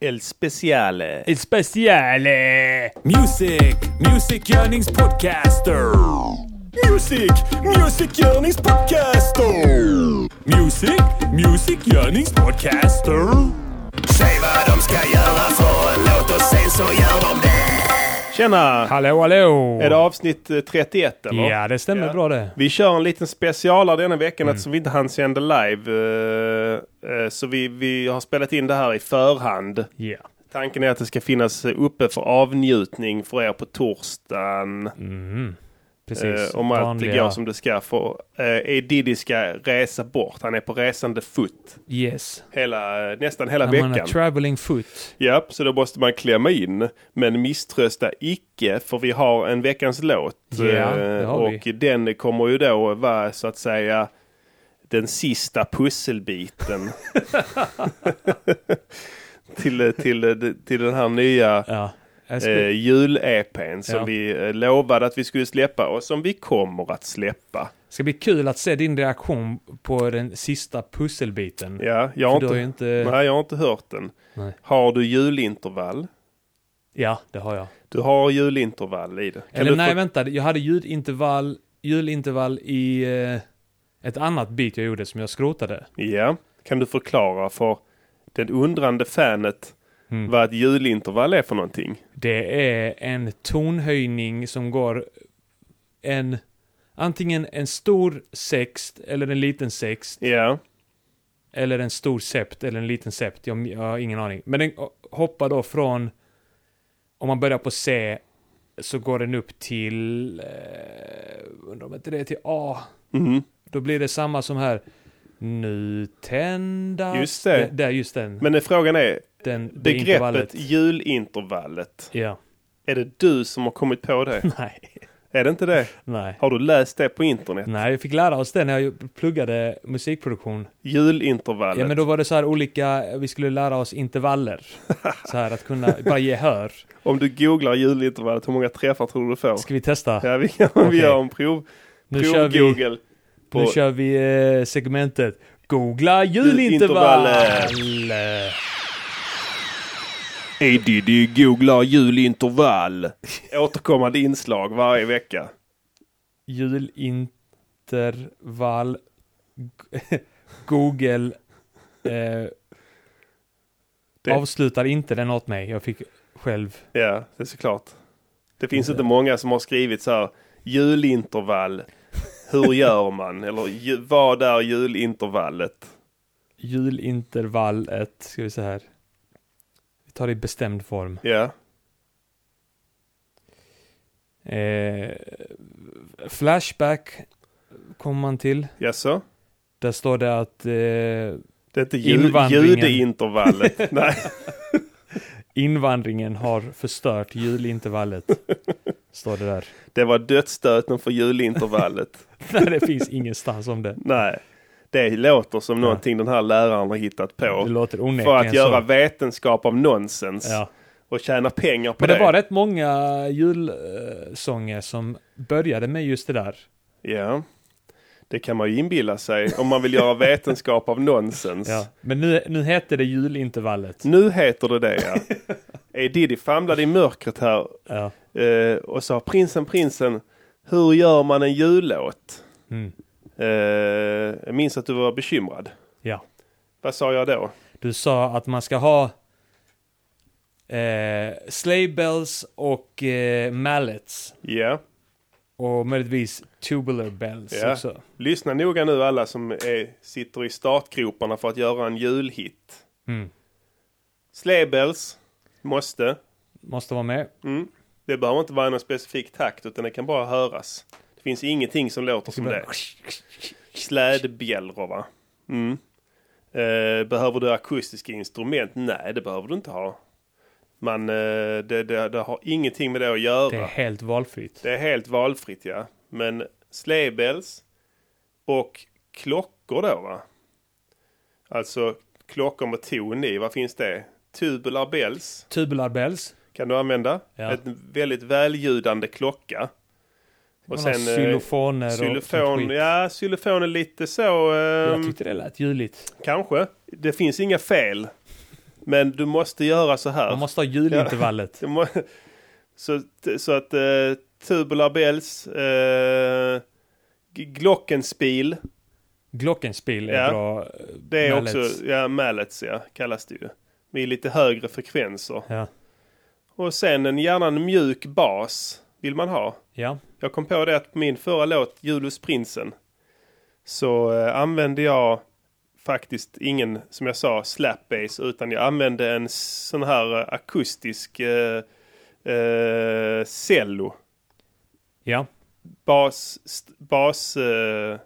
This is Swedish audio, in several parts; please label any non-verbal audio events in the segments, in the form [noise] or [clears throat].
El Speciale. Ett eh, speciale! Music, Music Yearnings Podcaster. Music, Music Yearnings Podcaster. Music, Music Yearnings Podcaster. Säg vad de ska göra för en låt och sen så gör de det. Tjena! Hallå, hallå! Är det avsnitt eh, 31 eller? Ja, det stämmer Ja. bra det. Mm. Vi kör en liten specialare denna veckan eftersom vi inte hann sända live. eh, eh, Så vi, vi har spelat in det här i förhand. Ja. Tanken är att det ska finnas eh, uppe för avnjutning för er på torsdagen. Precis. Eh, om allt Mm. Vanliga- går som det ska. För eh, Diddy ska resa bort. Han är på resande fot Yes. hela, eh, nästan hela När man är veckan. traveling foot. Ja, så då måste man klämma in. Men misströsta icke, för vi har en veckans låt. eh, Ja, det har och den kommer ju då vara så att säga den sista pusselbiten. [laughs] till, till, till den här nya Ja. Jag skulle- eh, jul-EPn som Ja. vi eh, lovade att vi skulle släppa och som vi kommer att släppa. ska bli kul att se din reaktion på den sista pusselbiten. Ja, jag För har, du har inte, ju inte... nej, jag har inte hört den. Nej. Har du julintervall? Ja, det har jag. Du har julintervall i det. Kan Eller du nej, få- vänta. Jag hade ljudintervall, ljudintervall i eh, ett annat beat jag gjorde som jag skrotade. Ja, kan du förklara för den undrande fanet Mm. vad ett julintervall är för någonting? Det är en tonhöjning som går en antingen en stor sext eller en liten sext Ja, eller en stor sept eller en liten sept. Jag, jag har ingen aning. Men den hoppar då från om man börjar på C så går den upp till eh, undrar om inte det är till A. Mhm. Då blir det samma som här. Nu tändas... Just det. Där, just den. men eh, frågan är den det begreppet intervallet. julintervallet. Ja. [laughs] Är det du som har kommit på det? Nej. är det inte det? Nej. Har du läst det på internet? Nej, vi fick lära oss det när jag ju pluggade musikproduktion. Julintervallet. Ja, men då var det så här olika, vi skulle lära [laughs] oss intervaller. Så här att kunna, bara ge hör. Om du googlar julintervallet, hur många träffar tror du du får? Ska vi testa? Ja, vi, [laughs] kan, vi Okej. gör en prov. Nu prov kör vi- Google. På, Nu kör vi eh, segmentet Googla julintervall! Hey Diddy googlar julintervall. Återkommande inslag varje vecka. Julintervall G- [laughs] Google eh, Det- avslutar inte den åt mig. Jag fick själv Ja, det är såklart. Det finns inte många som har skrivit så här julintervall. [laughs] Hur gör man? Eller ju, vad är julintervallet? julintervallet, ska vi se här. Vi tar det i bestämd form. Ja, Eh, flashback kommer man till. jaså? Där står det att Det eh, är inte ju, Invandringen. judeintervallet. [laughs] Nej, invandringen har [laughs] förstört julintervallet. står det där. [laughs] det var dödsstöten för julintervallet. Nej, det finns ingenstans om det. Nej, det låter som någonting den här läraren har hittat Det på. låter onekligen För att göra så. vetenskap av nonsens Ja. och tjäna pengar på Men det var rätt många julsånger som började med just det där. Ja, det kan man ju inbilla sig om man vill göra vetenskap av nonsens. Ja. Men nu, nu hette det julintervallet. Nu heter det det ja. Är Diddy famlade i mörkret här Ja. eh, och sa prinsen, prinsen, hur gör man en jullåt? Mm. Eh, jag minns att du var bekymrad. ja. Vad sa jag då? Du sa att man ska ha eh, sleigh bells och eh, mallets. Ja, Och möjligtvis tubular bells Ja. också. lyssna noga nu alla som är, sitter i startgroparna för att göra en julhit. Mm. Slebels måste. Måste vara med. Mm. Det behöver inte vara någon specifik takt utan det kan bara höras. Det finns ingenting som låter som det. Slädbjällror va? Mm. Eh, behöver du akustiska instrument? Nej, det behöver du inte ha. Man, eh, det, det, det har ingenting med det att göra. Det är helt valfritt. Det är helt valfritt ja. Men släbels och klockor då va? Alltså klockor med ton i, vad finns det? Tubular bells Tubular bells. kan du använda. Ja. Ett väldigt väljudande klocka. Och Och sen, sen, eh, xylofoner och sånt Xylofon, skit. ja xylofon är lite så, ehm, Jag tyckte det lät juligt. kanske. Det finns inga fel. Men du måste göra så här. Man måste ha julintervallet. Det må- [laughs] Så, så att eh, Tubular Bells, eh, G- Glockenspiel, Glockenspiel är Ja. bra. eh, det är mallets. också, ja, mallets ja, kallas det ju. Med lite högre frekvenser. Ja. Och sen en gärna en mjuk bas vill man ha. ja. Jag kom på det att på min förra låt, Julius Prinsen, så eh, använde jag faktiskt ingen, som jag sa, slap bass, utan jag använde en sån här eh, akustisk eh, eh, cello. Ja. bas, st- bas eh,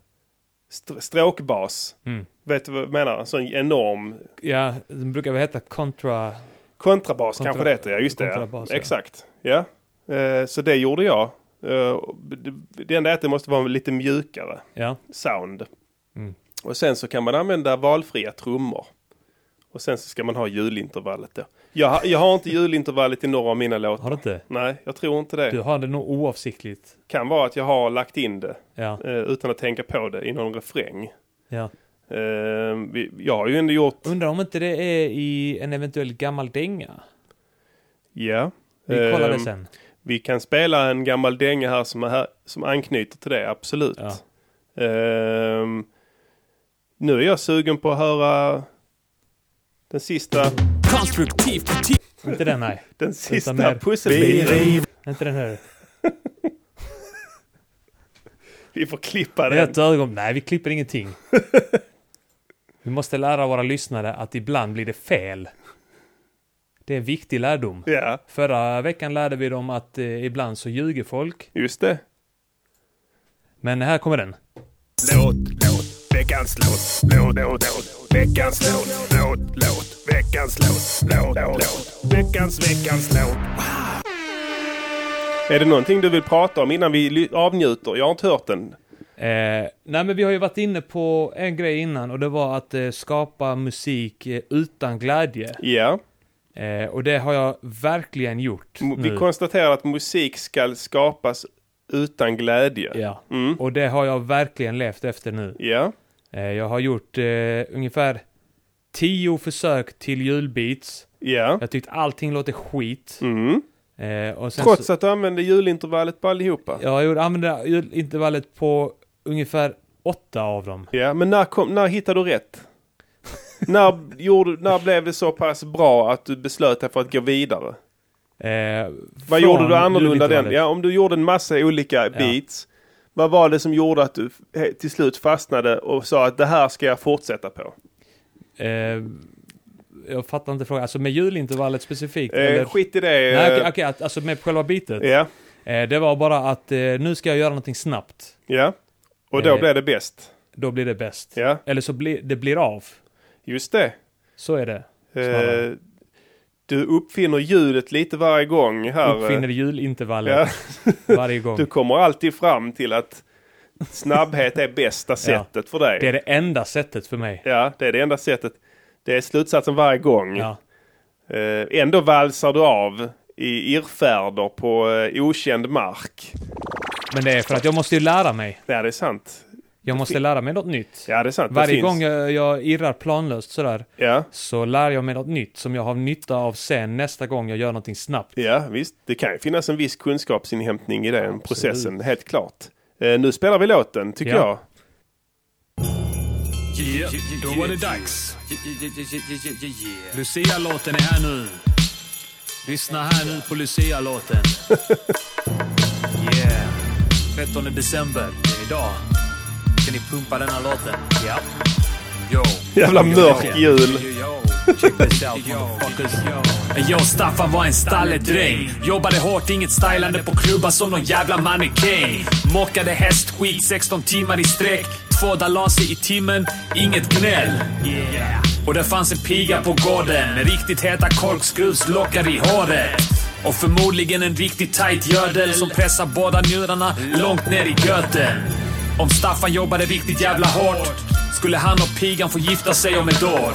str- stråkbas. Mm. Vet du vad jag menar? En sån enorm Ja, den brukar väl heta kontra... kontrabas Kontra- kanske det heter, ja just det. Ja. kontrabas, ja. Exakt, ja. Eh, så det gjorde jag. Eh, det- det enda är att det måste vara lite mjukare Ja. sound. Mm. Och sen så kan man använda valfria trummor. Och sen så ska man ha julintervallet då. Jag, ha- jag har inte julintervallet i några av mina låtar. Har du inte? Nej, jag tror inte det. Du har det nog oavsiktligt. Kan vara att jag har lagt in det Ja. eh, utan att tänka på det i någon refräng. ja. Eh, vi, jag har ju ändå gjort... Undrar om inte det är i en eventuell gammal dänga? Ja. Vi kollar det Ehm, sen. Vi kan spela en gammal dänga här som, är här, som anknyter till det, absolut. Ja. Ehm, nu är jag sugen på att höra den sista, Konstruktiv kritik. Inte [laughs] den, nej. den mer- sista pusselbiten. Inte den här. [laughs] Vi får klippa Det är den. ett ögon. Nej, vi [laughs] klipper ingenting. Vi måste lära våra lyssnare att ibland blir det fel. Det är en viktig lärdom. Ja, Förra veckan lärde vi dem att eh, ibland så ljuger folk. just det. Men här kommer den. Låt, låt, veckans låt, låt, låt, låt, veckans låt, låt, låt, veckans låt, låt, låt, veckans, veckans låt. Är det någonting du vill prata om innan vi ly- avnjuter? Jag har inte hört den. Eh, nej, men vi har ju varit inne på en grej innan och det var att eh, skapa musik eh, utan glädje. Ja, Eh, och det har jag verkligen gjort. Mo- vi nu. konstaterar att musik ska skapas utan glädje. Ja. Mm. Och det har jag verkligen levt efter nu. Ja, Eh, jag har gjort eh, ungefär tio försök till julbeats. ja. Jag tyckte allting låter skit. Mm. Eh, och sen Trots så, att du använde julintervallet på allihopa? Ja, Ja, Jag använde julintervallet på ungefär åtta av dem. men när, kom, när hittade du [laughs] rätt? när, gjorde, när blev det så pass bra att du beslöt dig för att gå vidare? Eh, Vad från gjorde du annorlunda den? julintervallet. Ja, om du gjorde en massa olika beats, vad var det som gjorde att du he- till slut fastnade och sa att det här ska jag fortsätta på? Eh, jag fattar inte frågan. Alltså med julintervallet specifikt? eller? Eh, skit i det. Nej, eh, okej, okej, att- alltså med själva bitet. Ja, Eh, det var bara att eh, nu ska jag göra någonting snabbt. ja. Och då Eh. blev det bäst. Då blir det bäst. Ja, Eller så blir det blir av. just det. Så är det. Snarare. Eh, du uppfinner ljudet lite varje gång här. eh. Uppfinner julintervallet Ja. [laughs] varje gång. Du kommer alltid fram till att snabbhet är [laughs] bästa sättet för dig. Det är det enda sättet för mig. Ja, det är det enda sättet. Det är slutsatsen varje gång. Ja. Eh, ändå valsar du av i irrfärder på eh, okänd mark. Men det är för att jag måste ju lära mig. Ja, det är sant. Jag måste lära mig något nytt. Ja, det är sant. det Varje finns. gång jag, jag irrar planlöst sådär Ja, så lär jag mig något nytt som jag har nytta av sen nästa gång jag gör någonting snabbt. ja, visst. Det kan ju finnas en viss kunskapsinhämtning i den processen, helt klart. Eh, nu spelar vi låten, tycker Ja. jag. Yeah, då var det dags. Lucia-låten är här nu. Lyssna här nu på Lucia-låten. Yeah. 13 december, det är idag. Ska ni pumpa denna låten? Ja. Yo. Jävla mörk jul. Check this out, motherfuckers. Yo, Staffan var en stalledräng. Jobbade hårt, inget stylande på klubbar som någon jävla mannekäng. Mockade hästskit 16 timmar i sträck. Två dalaser i timmen, inget gnäll. Yeah. Och det fanns en piga på gården med riktigt heta korkskruvslockar i håret. Och förmodligen en riktigt tight gödel som pressar båda njurarna långt ner i göten. Om Staffan jobbade riktigt jävla hårt skulle han och pigan få gifta sig om ett år.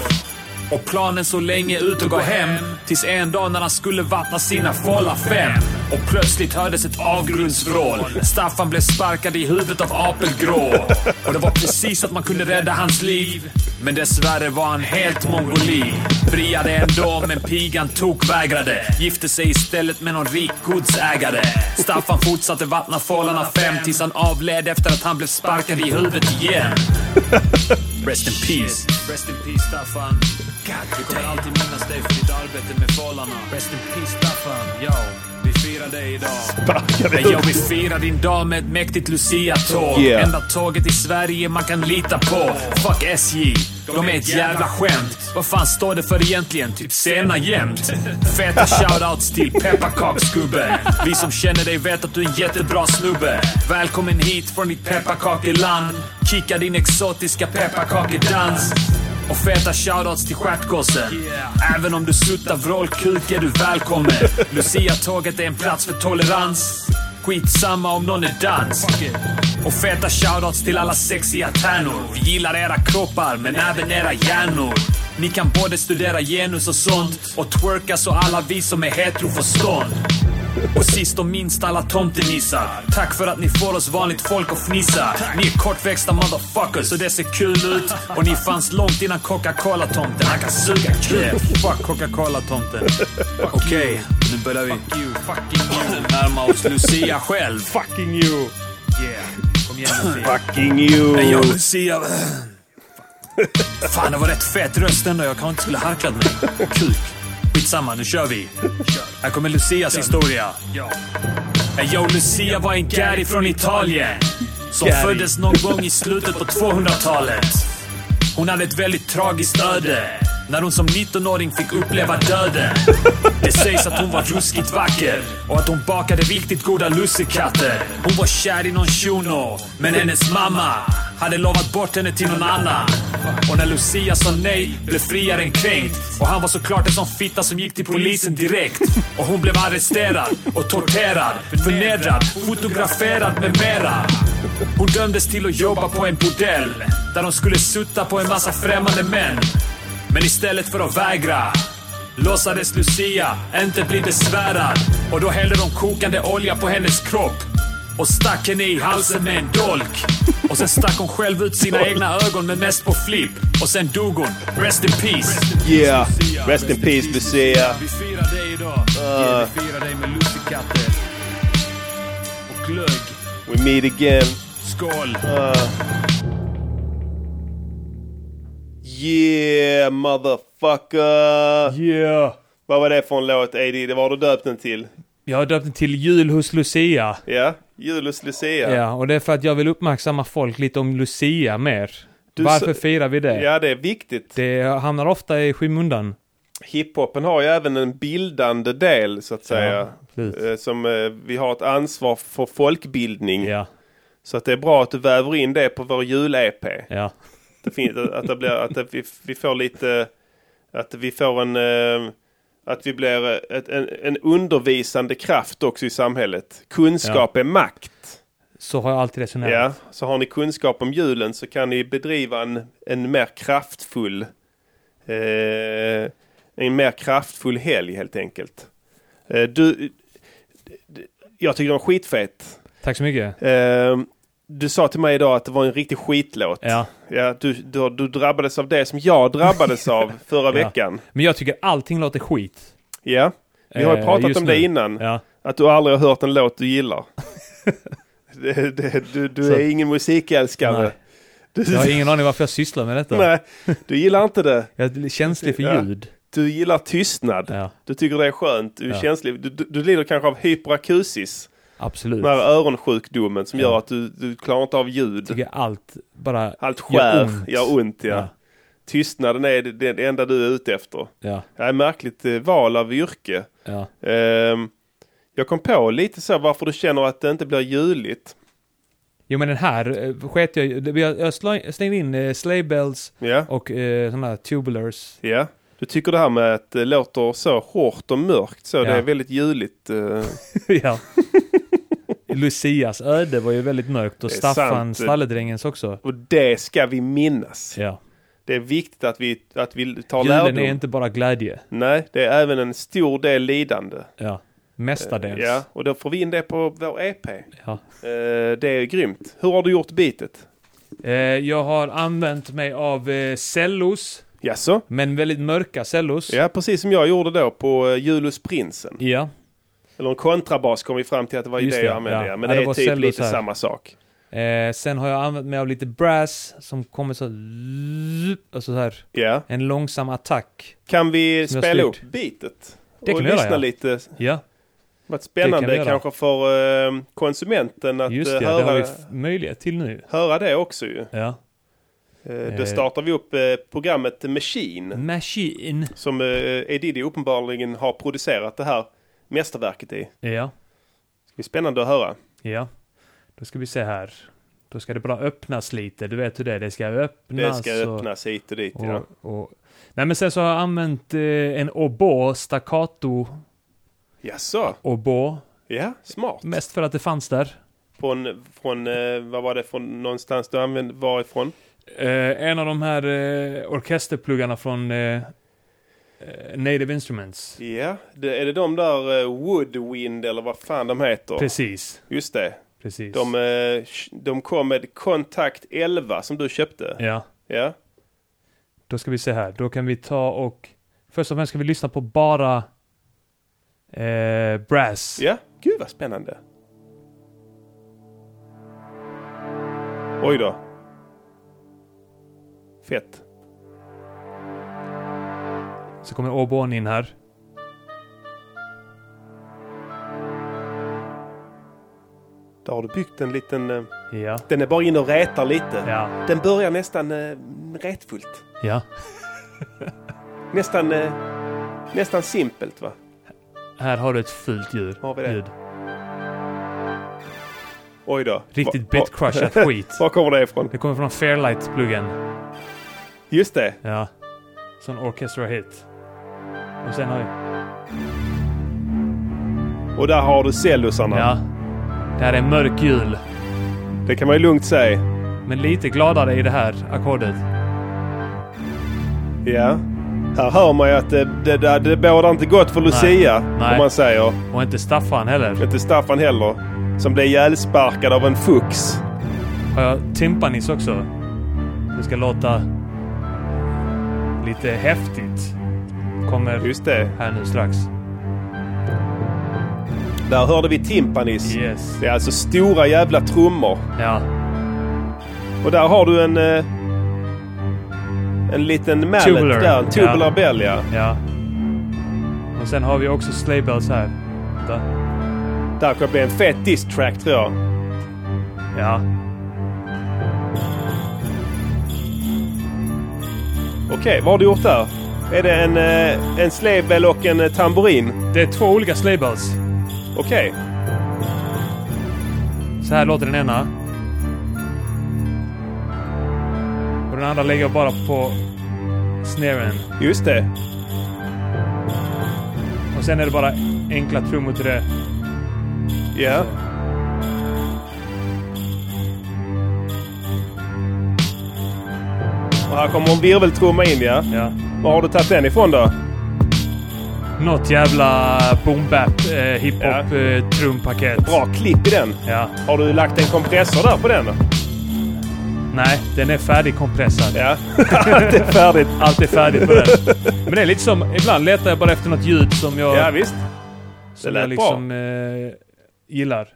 Och planen så länge ut och gå hem. Tills en dag när han skulle vattna sina fålla fem. Och plötsligt hördes ett avgrundsvrål. Staffan blev sparkad i huvudet av apelgrå. Och det var precis att man kunde rädda hans liv. Men dessvärre var han helt mongolid. Friade ändå, men pigan tokvägrade. Gifte sig istället med någon rik godsägare. Staffan fortsatte vattna fållarna fem tills han avled efter att han blev sparkad i huvudet igen. Rest in peace. Rest in peace Staffan. Vi kommer alltid minnas dig för ditt arbete med Fållarna. Rest in peace Staffan. Yo, vi firar dig idag. Men jag vill fira din dag med ett mäktigt Lucia-tåg. Yeah. Enda tåget i Sverige man kan lita på. Fuck SJ. De är ett jävla skämt. Vad fan står det för egentligen? Typ sena jämt. Feta shoutouts till pepparkaksgubbe. Vi som känner dig vet att du är en jättebra snubbe. Välkommen hit från ditt pepparkakeland. Kicka din exotiska pepparkakedans. Och feta shoutouts till stjärtgossen. Även om du suttar vrålkuk är du välkommen. Lucia-tåget är en plats för tolerans. Skitsamma om någon är dansk. Och feta shoutouts till alla sexiga tärnor. Vi gillar era kroppar, men även era hjärnor. Ni kan både studera genus och sånt och twerka så alla vi som är hetero får stånd. Och sist och minst alla tomtenissar. Tack för att ni får oss vanligt folk att fnissa. Ni är kortväxta motherfuckers så det ser kul ut. Och ni fanns långt innan Coca-Cola-tomten. Han kan suga kuk. Fuck Coca-Cola-tomten. Okej, nu börjar vi närma oss Lucia själv. Fucking you! Yeah. Kom igen nu, Fia. Fucking you! Nej, jag Lucia... Fan, det var rätt fet röst ändå. Jag kanske inte skulle harklat mig. Kuk. Skitsamma, nu kör vi. Här kommer Lucias historia. Men Yo, Lucia var en gäri från Italien. Som föddes någon gång i slutet på 200-talet. Hon hade ett väldigt tragiskt öde. När hon som 19-åring fick uppleva döden. Det sägs att hon var ruskigt vacker och att hon bakade riktigt goda lussekatter. Hon var kär i någon shuno, men hennes mamma hade lovat bort henne till någon annan. Och när Lucia sa nej blev friaren kränkt. Och han var såklart en sån fitta som gick till polisen direkt. Och hon blev arresterad och torterad, förnedrad, fotograferad med mera. Hon dömdes till att jobba på en bordell där de skulle sutta på en massa främmande män. Men istället för att vägra låtsades Lucia inte bli besvärad och då hällde de kokande olja på hennes kropp och stack henne i halsen med en dolk. Och sen stack hon själv ut sina egna ögon men mest på flipp. Och sen dog hon. Rest in peace. Yeah! Rest in peace Lucia! Uh. Vi firar dig idag. Ja, Vi firar dig med lussekatter. Och glögg. We meet again! Skål. Uh. Yeah motherfucker! Yeah. Vad var det för en låt AD? Det var du döpt den till? Jag har döpt den till Jul hos Lucia. Ja? Julus Lucia? Ja, och det är för att jag vill uppmärksamma folk lite om Lucia mer. Varför sa- firar vi det? Ja, Mm. det är viktigt. Det hamnar ofta i skymundan. Hiphopen har ju även en bildande del så att säga. precis. Eh, som eh, vi har ett ansvar för folkbildning. Ja, Så att det är bra att du väver in det på vår jul-EP. ja. Det finns, att det blir, att det, vi, vi får lite, att vi får en, eh, att vi blir ett, en, en undervisande kraft också i samhället. Kunskap är makt. Så har jag alltid resonerat. Ja, så har ni kunskap om julen så kan ni bedriva en, en mer kraftfull eh, en mer kraftfull helg helt enkelt. Eh, du, d- jag tycker den är skitfet. Tack så mycket. Eh, du sa till mig idag att det var en riktig skitlåt. Ja. Ja, du, du, du drabbades av det som jag drabbades [laughs] av förra veckan. Men jag tycker allting låter skit. Ja, vi har ju Eh, pratat just om det nu. innan. Ja. Att du aldrig har hört en låt du [laughs] gillar. det, det, du du Så- är ingen musikälskare. Nej. Du, Jag har ingen aning varför jag sysslar med detta. nej, du gillar inte det. Jag är känslig för Ja. ljud. Du gillar tystnad. Ja, Du tycker det är skönt. Du är Ja. känslig. Du, du, du lider kanske av hyperakusis. absolut. Den här öronsjukdomen som Ja. gör att du, du klarar inte av Jag ljud. tycker allt bara... Allt gör skär, ont. gör ont. Ja. Ja. Tystnaden är det, det enda du är ute efter. Ja, Det är märkligt eh, val av yrke. ja. Ehm, jag kom på lite så varför du känner att det inte blir juligt. Jo men den här eh, sket jag ju- Jag, jag sla- slängde in eh, sleigh bells Ja, och eh, sådana här tubulars. ja. Du tycker det här med att det låter så hårt och mörkt så det Ja. är väldigt juligt. eh, [laughs] ja. Lucias öde var ju väldigt mörkt och Det är sant. Staffan, stalledrängens också. Och det ska vi minnas. Ja. Det är viktigt att vi, att vi tar Julen lärdom. är inte bara glädje. Nej, det är även en stor del lidande. Ja. Mestadels. Ja, och då får vi in det på vår EP. Ja. Eh, det är grymt. Hur har du gjort bitet? Eh, jag har använt mig av eh, cellos, Jaså? men väldigt mörka cellos. Ja, precis som jag gjorde då på eh, Julus Prinsen. Ja. Eller en kontrabas kom vi fram till att det var ju Just det det, jag använde. ja. Ja. Men Ja, det det är var typ cellos lite här. samma sak. Eh, sen har jag använt mig av lite brass som kommer så... Alltså så här. Ja. En långsam attack. Kan vi Som jag spela upp styrt. bitet? Det och kan vi göra, lyssna ja. lite. Ja, Vad vi spännande göra. kanske för eh, konsumenten att just eh, det. Det har höra, vi det f- möjlighet till nu. höra det också ju. Ja. Eh, då Eh. startar vi upp eh, programmet Machine. Machine. Som eh, Edidi uppenbarligen har producerat det här mästerverket i. Ja, Det blir spännande att höra. ja. Då ska vi se här. Då ska det bara öppnas lite. Du vet hur det är. Det ska öppnas. Det ska och- öppnas hit och dit. Ja. alltså- Och, och, nej men sen så har jag använt eh, en oboe, staccato Jaså? oboe. Ja, smart. Mest för att det fanns där. Från, från eh, vad var det från någonstans du använde, varifrån? Eh, en av de här eh, orkesterpluggarna från eh, eh, Native Instruments. Ja, det, är det de där eh, Woodwind eller vad fan de heter? Precis, Just det. precis. De, eh, de kom med Contact 11 som du köpte. Ja, Ja, då ska vi se här. Då kan vi ta och... Först och främst ska vi lyssna på bara eh, brass. ja. gud vad spännande. Oj då. Fett. Så kommer oboen in här. Där har du byggt en liten... eh, Ja, Den är bara inne och rätar lite. ja, Den börjar nästan eh, rätfullt. ja. Nästan, eh, nästan simpelt va? Här har du ett fult ljud. Har vi det? ljud. Oj då. Riktigt Va- va- bitcrushat skit. Var [laughs] kommer det ifrån? Det kommer från Fairlight-pluggen. Just det. Ja. Sån orchestra hit. Och sen har jag... Och där har du cellosarna. Ja. Det här är mörk jul. Det kan man ju lugnt säga. Men lite gladare i det här ackordet. Ja. Här hör man ju att det, det, det, det bådar inte gott för Lucia. Nej. Om man säger. Och inte Staffan heller. Inte Staffan heller. Som blev ihjälsparkad av en fux. Har jag timpanis också? Det ska låta... Lite häftigt. Kommer Just det. här nu strax. Där hörde vi timpanis. Yes. Det är alltså stora jävla trummor. Ja. Och där har du en... eh, En liten mallet Tubular. där. En tubular Ja. bell ja. Ja. Och sen har vi också sleigh bells här. Vänta. Där kommer bli en fet diss-track tror jag. Ja. Okej, vad har du gjort där? Är det en, eh, en sleigh bell och en eh, tamburin? Det är två olika sleigh bells. Okej. Så här låter den ena. Och den andra lägger jag bara på snaren. Just det. Och sen är det bara enkla trummor till det. Ja. Och här kommer en virveltrumma in ja. Ja. Var har du tagit den ifrån då? Något jävla boom bap eh, hiphop Ja. eh, trumpaket. Bra klipp i den. Ja. Har du lagt en kompressor där på den? då? Nej, den är färdigkompressad. Ja. det är färdigt. Allt är färdigt på den. [laughs] Men det är lite som, ibland letar jag bara efter något ljud som jag... Ja visst. Som Det lät jag liksom eh, gillar.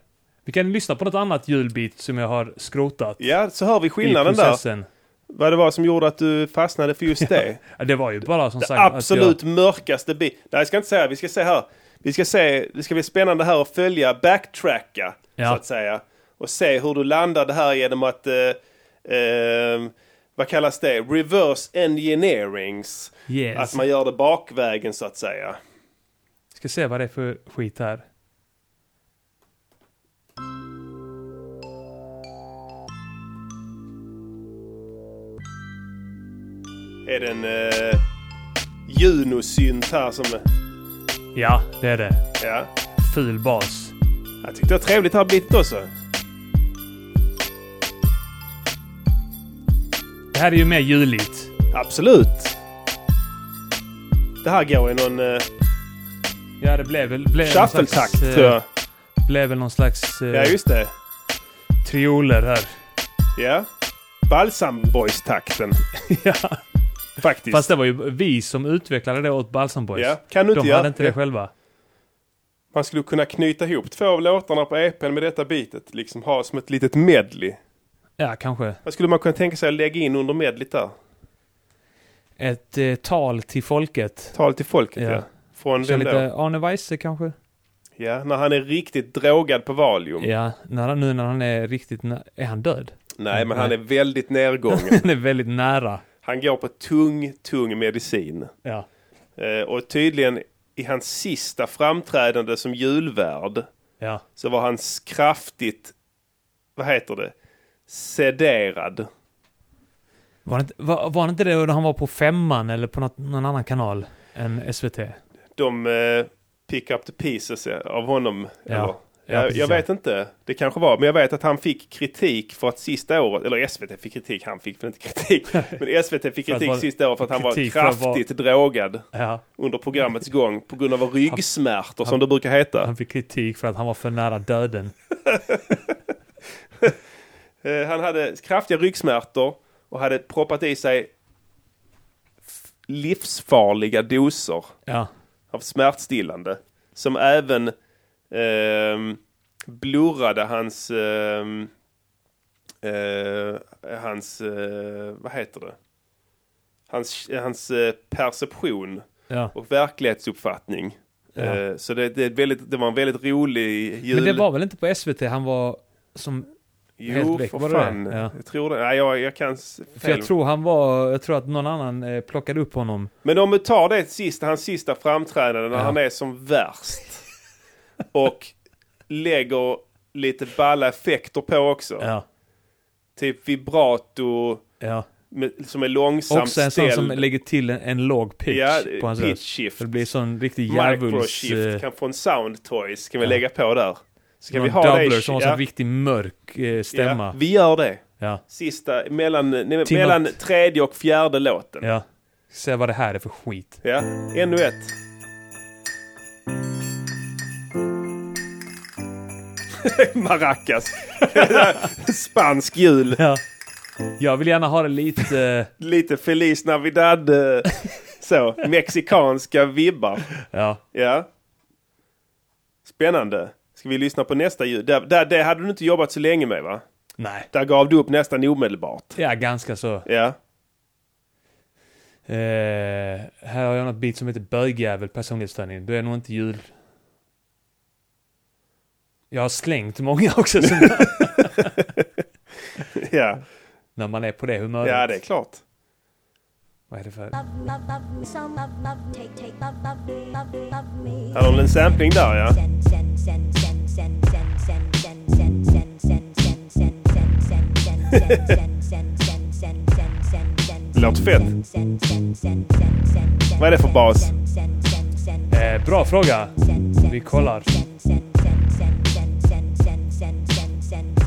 Vi kan lyssna på något annat julbit som jag har skrotat. Ja, så hör vi i skillnaden där. processen. Vad det var som gjorde att du fastnade för just det. Ja, det var ju bara som sagt Absolut att mörkaste bit. Nej, jag ska inte säga. Vi ska se här. Vi ska se. Det ska bli spännande här att följa, backtracka Ja. så att säga. Och se hur du landade här genom att, eh, eh, vad kallas det? Reverse engineerings. jag... Yes. Att man gör det bakvägen så att säga. Ska se vad det är för skit här. Är det en eh, Junosynt här som, Ja, det är det. ja. Ful bas. Jag tyckte det var trevligt här blivit också. Det här är ju mer juligt. Absolut! Det här går i någon uh, Ja, det blev väl... Blev någon slags, shuffle-takt eh, tror jag. Blev väl någon slags eh, Ja, just det. trioler här. Ja. Balsam Boys-takten. [laughs] ja. Faktiskt. Fast det var ju vi som utvecklade det åt Balsam Boys. Ja, kan du inte De göra- hade inte det ja. själva. Man skulle kunna knyta ihop två av låtarna på EPn med detta bitet. Liksom ha som ett litet medley. Ja, kanske. Vad skulle man kunna tänka sig att lägga in under medlet där? Ett eh, tal till folket. Tal till folket ja. Ja. Från Så vem då? lite Arne Weise kanske? Ja, när han är riktigt drogad på Valium. Ja, när, han- nu när han är riktigt... nä- Är han död? Nej, men han är Nej. väldigt [laughs] nedgången. han är väldigt nära. Han går på tung, tung medicin. Ja. Eh, och tydligen i hans sista framträdande som julvärd Ja. så var han s- kraftigt, vad heter det, sederad. Var det, inte, var, var det inte det när han var på Femman eller på något, någon annan kanal än SVT? De eh, pick up the pieces eh, av honom. Ja. eller? Ja, jag, precis, jag ja. vet inte, det kanske var, men jag vet att han fick kritik för att sista året, eller SVT fick kritik, han fick väl inte [laughs] kritik, men SVT fick kritik vara- sista året för att han var kritik för att vara- kraftigt drogad Ja. under programmets gång på grund av ryggsmärtor som det brukar heta. Han fick kritik för att han var för nära döden. Eh, Han hade kraftiga ryggsmärtor och hade proppat i sig f- livsfarliga doser Ja. av smärtstillande. Som även ehm, blurrade hans... ehm, eh, hans... eh, vad heter det? Hans, hans eh, perception ja. och verklighetsuppfattning. Eh, så det, det, är ett väldigt, det var en väldigt rolig jul... Men det var väl inte på SVT han var som... Jo, helt väck, för var det fan. det? Ja. Jag tror det. Nej, jag, jag kan... s- För jag fel. tror han var... Jag tror att någon annan eh, plockade upp honom. Men om du tar det sista, hans sista framträdande när Ja. han är som [laughs] värst. Och lägger lite balla effekter på också. Ja. Typ vibrato Ja. med, som är långsamt Också en sån ställd. som lägger till en, en låg pitch ja, på hans pitch röst. shift. Det blir sån riktig djävuls... Microshift eh, kan från Sound Toys kan vi lägga på där. Så kan någon vi ha det i- doubler som har sån riktig mörk eh, ja, stämma. vi gör det. Ja. Sista, mellan, nej, Till mellan något. tredje och fjärde låten. Ja. Se vad det här är för skit. Ja, ännu ett. [laughs] Maracas. [laughs] Spansk jul. Ja. Jag vill gärna ha det lite... eh, Lite Feliz Navidad. eh, Så, mexikanska vibbar. eh, Ja. Ja. Spännande. Ska vi lyssna på nästa ljud? Där, där, det hade du inte jobbat så länge med va? Nej. Där gav du upp nästan omedelbart. Ja, ganska så. Ja. Eh, här har jag något bit som heter Bögjävel personlighetsstörning. Du är nog inte jul... Jag har slängt många också som, ja. när man är på det humöret. Ja, det är klart. Vad är det för? Love, love, love me, some love, love, take, take, love, love, love, love me. Här har du en sampling där ja. Send, send, send, send, send, send, send, send, send, send, send, send, send, send, send, send, send, send, send, send, send, send, send, send, Låter send, fett. send, send, send, send, send, send, send, Vad är det för send, bas? send, send, send, send, Eh, bra fråga. send, send, Vi kollar. send, send, send, send, send, send, send, send,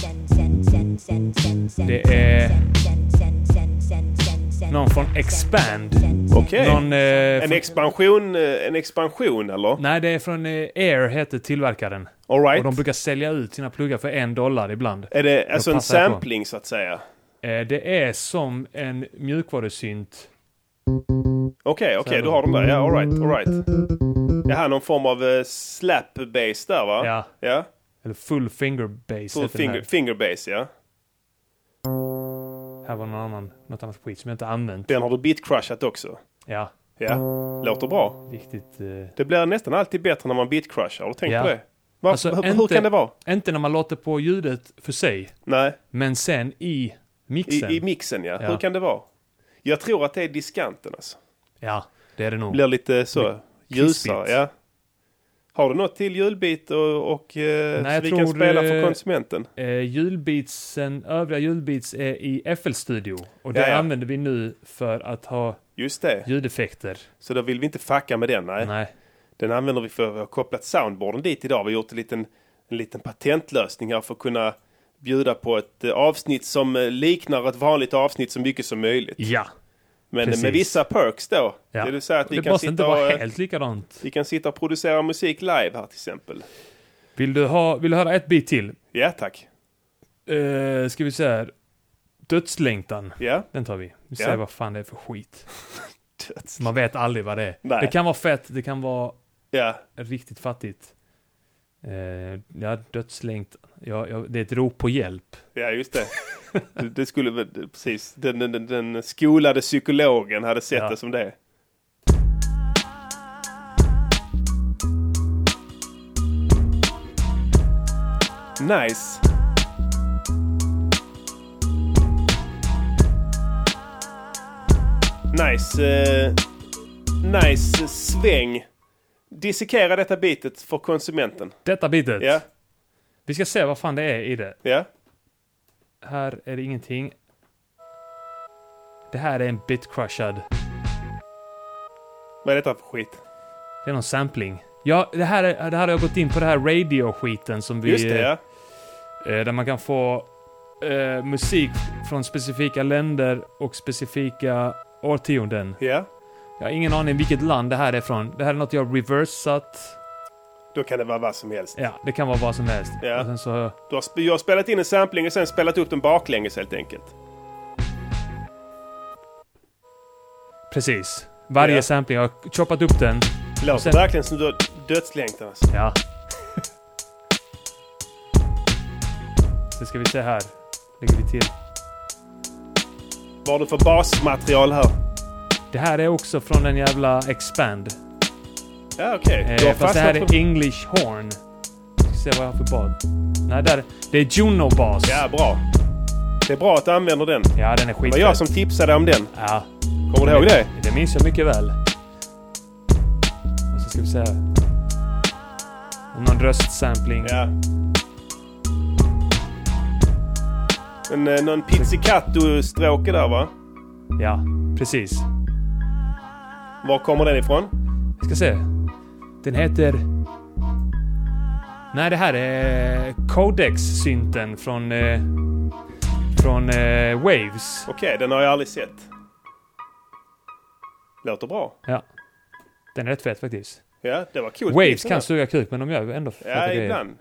send, send, send, send, send, send, send, send, send, send, Det är send, send, send, send, send, send, någon från send, Expand. send, send, Okej. Någon... Eh, En från, expansion, eh, en expansion eller? nej, det är från eh, Air, heter tillverkaren. All Och right. de brukar sälja ut sina pluggar för en dollar ibland. Är det alltså en passar jag på. sampling så att säga? Eh, det är som en mjukvarusynt. Okej, okej, är du det. har dem där. Ja, alright, alright. Det här är någon form av eh, slap bass där va? Ja. Ja, Eller full finger bass full heter den finger, här. finger bass ja. Här var någon annan, något annat skit som jag inte använt. Den har du beat-crushat också. Ja, Ja, låter bra. riktigt... Eh, Det blir nästan alltid bättre när man beat-crushar. Har du tänkt Ja. på det? Var, Alltså, hur, hur inte- kan det vara? Inte när man låter på ljudet för sig, Nej, men sen i i, mixen. i mixen ja. Ja. Hur kan det vara? Jag tror att det är diskanten alltså. ja, det är det nog. Blir lite så ljusare. krispigt. Ja. Har du något till julbit och, och eh, Nej, så jag vi kan tror, spela för eh, konsumenten? Eh, julbeatsen, övriga julbeats är i FL-studio. Och det Ja, ja. använder vi nu för att ha Just det. ljudeffekter. Så då vill vi inte facka med den. Nej. Nej. Den använder vi för att vi har kopplat soundboarden dit idag. Vi har gjort en liten, en liten patentlösning här för att kunna bjuda på ett eh, avsnitt som eh, liknar ett vanligt avsnitt så mycket som möjligt. Ja. Men Precis. med vissa perks då. Ja. Det vill säga att vi det kan, måste inte sitta och, vara eh, helt likadant. vi kan sitta och producera musik live här till exempel. Vill du, ha, vill du höra ett bit till? Ja tack. Uh, ska vi säga Dödslängtan. Ja. [laughs] Den tar vi. Vi Ja. säger vad fan det är för skit. Man vet aldrig vad det är. Nej. Det kan vara fett, det kan vara Ja. riktigt fattigt. Eh, ja, dödslängtan. Ja, ja, det är ett rop på hjälp. Ja, just det. Det- Det skulle väl, precis. Den, den, den, den skolade psykologen hade sett Ja. det som det. Nice. Nice. eh, nice sväng. Dissekera detta bitet för konsumenten. Detta bitet. Ja, Vi ska se vad fan det är i det. ja. Här är det ingenting. Det här är en bitcrushad. Vad är detta för skit? Det är någon sampling. Ja, det här, är, det här har jag gått in på det här radio-skiten som vi... Just det, ja. eh, Där man kan få eh, musik från specifika länder och specifika årtionden. Ja. Jag har ingen aning vilket land det här är från. Det här är något jag har reversat. Då kan det vara vad som helst. Ja, det kan vara vad som helst. Ja. Och sen så... Du har, sp- jag har spelat in en sampling och sen spelat upp den baklänges helt enkelt. Precis. Varje Ja. sampling, jag har choppat upp den. Låter sen- verkligen som dö- dödslängtan alltså. Ja. [laughs] Så ska vi se här. Lägger vi till. Vad har du för basmaterial här? Det här är också från en jävla Expand. Ja, okej. Du har Eh, fast det här fastnat är på... English Horn. Ska se vad jag har för bad. Nej, där. Det är Juno-bas. Ja, bra. Det är bra att du använder den. Det Ja, den är var skitfett. jag som tipsade om den. Ja, Kommer du ihåg det? det minns jag mycket väl. Och så ska vi se här. Någon röstsampling. Ja. En, eh, någon pizzicato-stråke där va? ja, precis. Var kommer den ifrån? Vi ska se. Den heter... Nej, det här är Codex-synten från... Eh, från eh, Waves. Okej, den har jag aldrig sett. Låter bra. Ja. Den är rätt fet faktiskt. Ja, det var coolt. Waves kan suga kuk, men de gör ändå feta Ja, grejer. [laughs] ibland.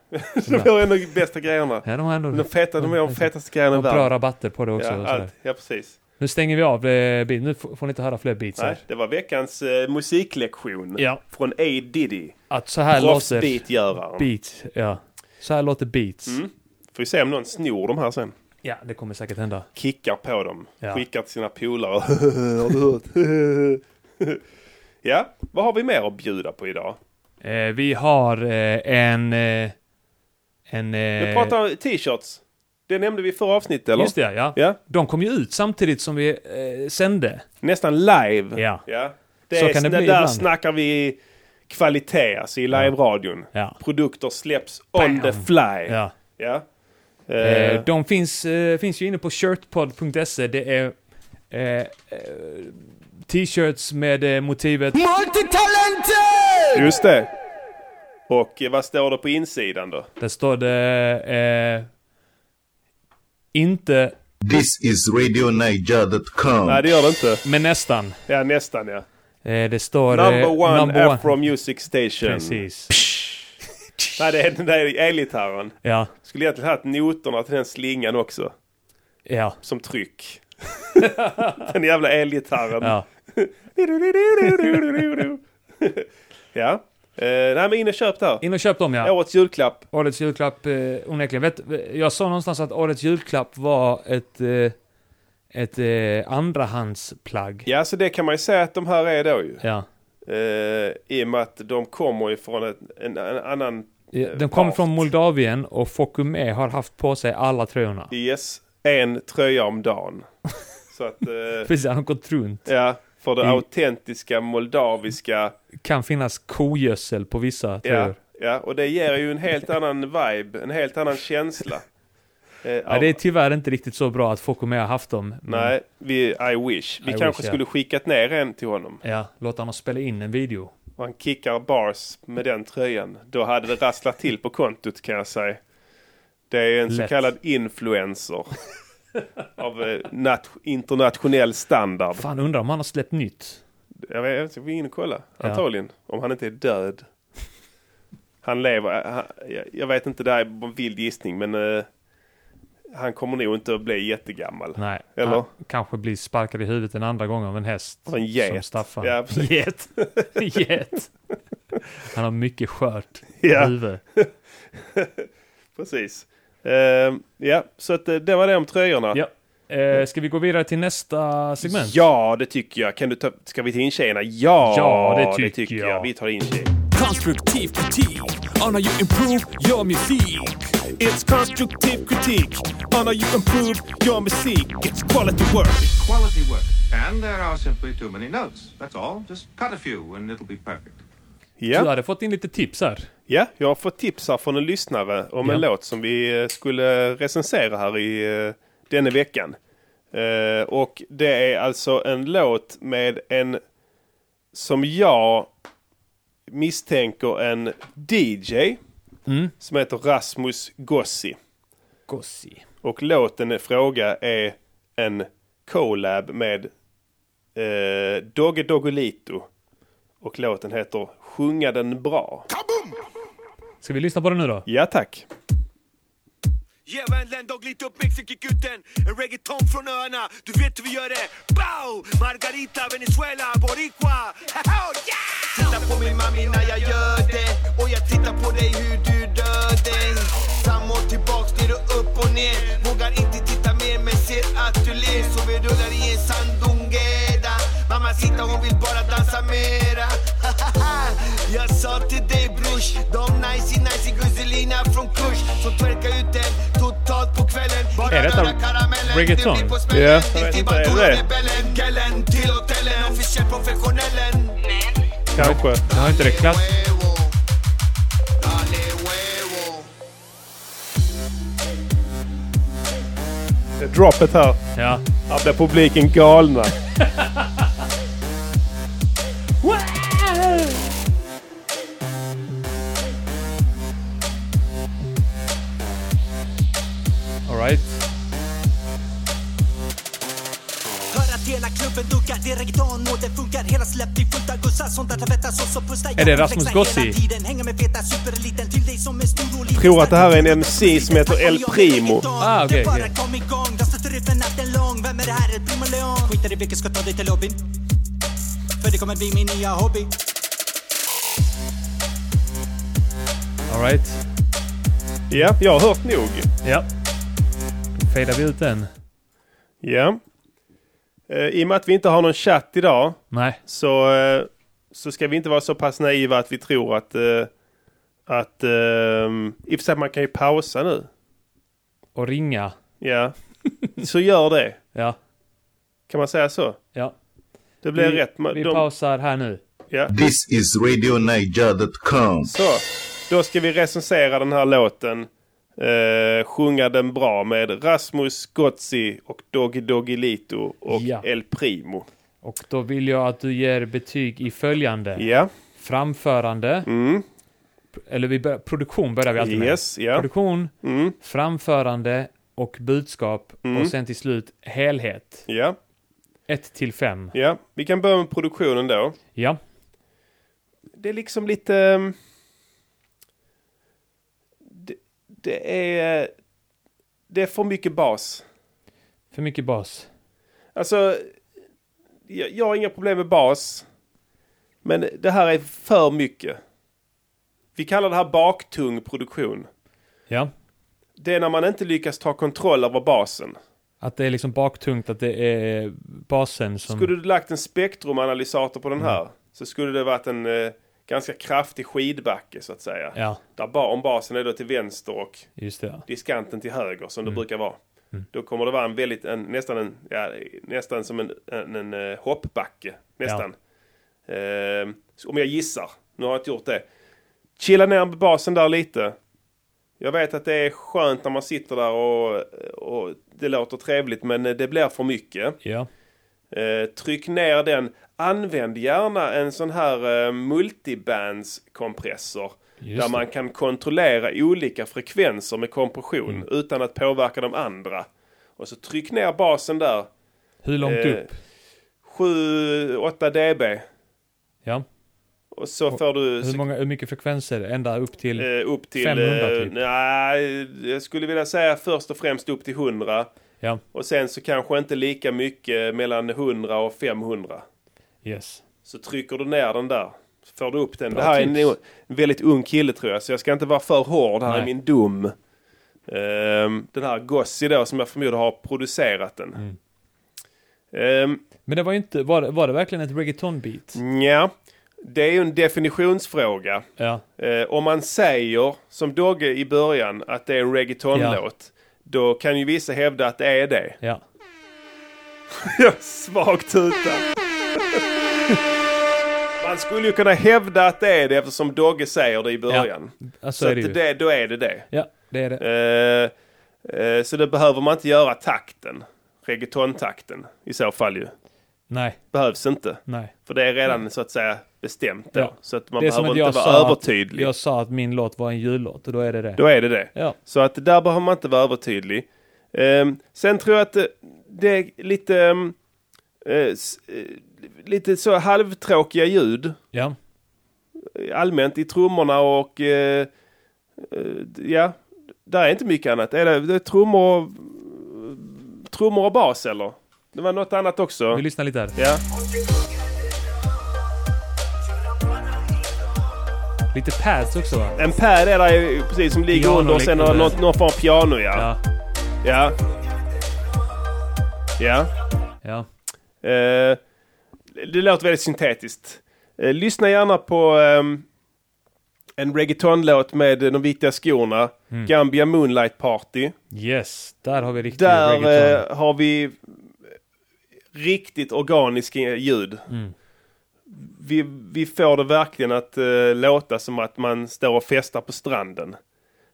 de har ändå de bästa grejerna. Ja, de har ändå De, feta, de är de fetaste grejerna i de har bra världen. rabatter på det också. Ja, och sådär. allt. ja, precis. nu stänger vi av eh, bit. Nu f- får ni inte höra fler beats Nej, här. det var veckans eh, musiklektion Ja. från A. Diddy. Att så här låter Proffsbeatgöraren. beat. Ja. Så här låter beats. Mm. Får vi se om någon snor de här sen. Ja, det kommer säkert hända. Kickar på dem. Ja. Skickar till sina polare. [laughs] Har du hört? [laughs] ja, vad har vi mer att bjuda på idag? Eh, vi har eh, en... Eh, en... Eh, Vi pratar om t-shirts. Det nämnde vi i förra avsnittet, eller? Just det, ja. Ja. De kom ju ut samtidigt som vi eh, sände. Nästan live. Ja. Ja. Det Så är, kan det där bli där ibland. snackar vi kvalitet, alltså i live-radion. Ja. Produkter släpps on Bam. the fly. ja. Ja. Eh, Eh, de finns, eh, finns ju inne på shirtpod.se. Det är eh, eh, t-shirts med eh, motivet... just det. Och eh, vad står det på insidan då? Där står det... Eh, inte, This is RadioNiger.com. Nej, det gör det inte. men nästan. Ja, nästan ja. Eh, det står... Number eh, one number one. Afro Music Station. Precis. Nej, det är den där elgitarren. Ja, Skulle egentligen haft noterna till den slingan också. ja, Som tryck. [laughs] den jävla elgitarren. ja. [laughs] ja. Eh, nej, men in och köp där. In och köp dem ja. Årets julklapp. Årets julklapp, eh, onekligen. Vet, jag sa någonstans att årets julklapp var ett, eh, ett eh, andrahandsplagg. Ja, så det kan man ju säga att de här är då ju. Ja. Eh, I och med att de kommer ifrån ett, en, en annan... eh, Den kommer part. från Moldavien och Fokume har haft på sig alla tröjorna. Yes, en tröja om [laughs] dagen. Så att... Eh, Precis, han har gått runt. ja, för det I- autentiska moldaviska... Kan finnas kogödsel på vissa Ja, tröjor. ja, och det ger ju en helt annan vibe, en helt annan känsla. Eh, Ja. det är tyvärr inte riktigt så bra att Fokume har haft dem. Men, Nej, vi, I wish. Vi I kanske wish, ja. skulle skickat ner en till honom. Ja, låt honom spela in en video. Och han kickar bars med den tröjan. Då hade det rasslat till på kontot kan jag säga. Det är en så Lätt. kallad influencer. av eh, nat- internationell standard. Fan, undrar om han har släppt nytt. Jag vet jag vet inte, vi är inne och kolla. Ja. Antagligen. Om han inte är död. Han lever. eh, Han, jag, jag vet inte, det här är bara en vild gissning men eh, han kommer nog inte att bli jättegammal. Nej. Eller? Han kanske blir sparkad i huvudet en andra gång av en häst. Av en get. Som Staffan. Ja, precis. get. [laughs] get. Han har mycket skört Ja. huvud. Precis. Eh, ja, så att, eh, det var det om tröjorna. Ja. Eh, ska vi gå vidare till nästa segment? Ja, det tycker jag. Kan du ta, ska vi ta in tjejerna? Ja, Ja, det tycker jag. Vi tar in tjejer. Constructive critique on how you improve your music. It's constructive critique on how you improve your music. It's quality work. quality work. And there are simply too many notes. That's all. Just cut a few and it'll be perfect. Du Ja. hade fått in lite tips här. ja, jag har fått tips här från en lyssnare om en Ja. låt som vi eh, skulle recensera här i eh, denna veckan. Eh, och det är alltså en låt med en som jag misstänker en DJ Mm. som heter Rasmus Gossi. Gossi. Och låten i fråga är en collab med eh, Dogge Doggelito. Och låten heter Sjunga den bra. Ska vi lyssna på den nu då? Ja tack. Djävulen, dag lite upp Mexikokuten En reggaeton från öarna, du vet hur vi gör det Bow! Margarita, Venezuela, boricua Haha, yeah! Titta på min mami när jag gör det Och jag tittar på dig hur du dör dig Framåt, tillbaks, ner och upp och ner Vågar inte titta mer men ser att du ler Så vi rullar i en sandungeda Mamma sitta hon vill bara dansa mera [laughs] Jag sa till dig brors De nicey nicey Guzelina från kurs Som twerkar ut den totalt på kvällen Bara Är detta röra karamellen, reggaeton? det blir på Ja, jag vet smällen Inte inte, bara är det Dora det? Rebellen Gällen till hotellen Officiell professionellen Kanske. Det har inte det klass... Huevo. Dale huevo Droppet här. Ja. Här blir publiken galna. Alright. Hör att hela klubben dunkar, det är reggaeton och det funkar Hela släpp till fullt av gussar som där tvättas och så pustar Är det Rasmus Gossi? Hänger med feta supereliten till dig som är stor och liten Tror att det här är en MC som heter El Primo. Ah, okej, Det bara okej. kom igång, dansa till riffen natten lång Vem är det här? El Primo Leon? Skiter i vilket ska ta dig till lobbyn För det kommer bli min nya hobby Alright. Ja, jag har hört nog. Ja. Då fejdar vi ut den. Ja. Eh, I och med att vi inte har någon chatt idag Nej. så, eh, så ska vi inte vara så pass naiva att vi tror att... Eh, att... Eh, I och för sig man kan ju pausa nu. Och ringa. [laughs] Ja. Så gör det. Ja. Kan man säga så? Ja. Det blir rätt. Man- vi de- pausar här nu. ja. This is RadioNiger.com. Så, då ska vi recensera den här låten. Eh, sjunga den bra med Rasmus Gozzi och Doggy Doggy Lito och Ja. El Primo. Och då vill jag att du ger betyg i följande. Ja, Framförande. Eller vi bör, produktion börjar vi alltid med. Mm. yes, ja. Mm. Produktion, framförande och budskap. Och sen till slut helhet. ja, 1 till 5. ja. Vi kan börja med produktionen då. Ja. Det är liksom lite... ehm, Det, det är... Det är för mycket bas. För mycket bas. Alltså, jag, jag har inga problem med bas. Men det här är för mycket. Vi kallar det här baktung produktion. Ja. Det är när man inte lyckas ta kontroll över basen. Att det är liksom baktungt, att det är basen som... Skulle du lagt en spektrumanalysator på den här så skulle det varit en eh, ganska kraftig skidbacke så att säga. Ja, Där ba- om basen är då till vänster och just det. ja. diskanten till höger som det brukar vara. Då kommer det vara en väldigt, en, nästan, en, ja, nästan som en, en, en eh, hoppbacke. Nästan. Ehm, så om jag gissar. Nu har jag inte gjort det. Chilla ner med basen där lite. Jag vet att det är skönt när man sitter där och, och det låter trevligt men det blir för mycket. Ja. Eh, tryck ner den. Använd gärna en sån här eh, multibandskompressor. Just Där det. man kan Mm. kontrollera olika frekvenser med kompression utan att påverka de andra. Och så tryck ner basen där. Hur långt Eh, upp? 7-8 dB. Ja. Och så får du Hur, så, många, hur mycket frekvenser? Ända upp till... eh, upp till... 500 eh, typ. Nej, jag skulle vilja säga först och främst upp till 100. Ja. Och sen så kanske inte lika mycket mellan 100 och 500. Yes. Så trycker du ner den där. Så får du upp den. Bra det här tips. är en, en väldigt ung kille tror jag. Så jag ska inte vara för hård. Här Nej. är min dum. Ehm, den här Gossi då som jag förmodar har producerat den. Mm. Ehm, Men det var ju inte... Var, det- var det verkligen ett reggaeton-beat? Mm. Nja, det är ju en definitionsfråga. Ja. Eh, om man säger, som Dogge i början, att det är en reggaetonlåt. Då kan ju vissa hävda att det är det. Ja. Jag svagt tuta. Man skulle ju kunna hävda att det är det eftersom Dogge säger det i början. Ja, så Så är det ju. att det, då är det det. Ja, det är det. Eh, eh, så det behöver man inte göra takten. Reggaetontakten i så fall ju. Nej, Behövs inte. nej. För det är redan så att säga bestämt då. Mm. Ja. Så att man det är som behöver att inte jag vara sa övertydlig. Att, jag sa att min låt var en jullåt och då är det det. Då är det det. Ja. Så att där behöver man inte vara övertydlig. Ehm, sen tror jag att eh, det är lite, ehm, eh, s- eh, lite så halvtråkiga ljud Ja. eh, allmänt i trummorna och eh, eh, d- ja, där är inte mycket annat. Är det, det är trummor, och- trummor och bas eller? Det var något annat också. Vi lyssnar lite här. Ja. Lite pads också va? En pad är där ju precis som ligger Piano under och sen har liknande. något, någon form av piano ja. Ja. Ja. ja. Ja. Eh, det låter väldigt syntetiskt. Eh, lyssna gärna på ehm, en reggaetonlåt med eh, De viktiga skorna. Gambia Moonlight Party. Yes, där har vi riktig reggaeton. Där eh, har vi riktigt organiska ljud. Vi, vi får det verkligen att eh, låta som att man står och festar på stranden.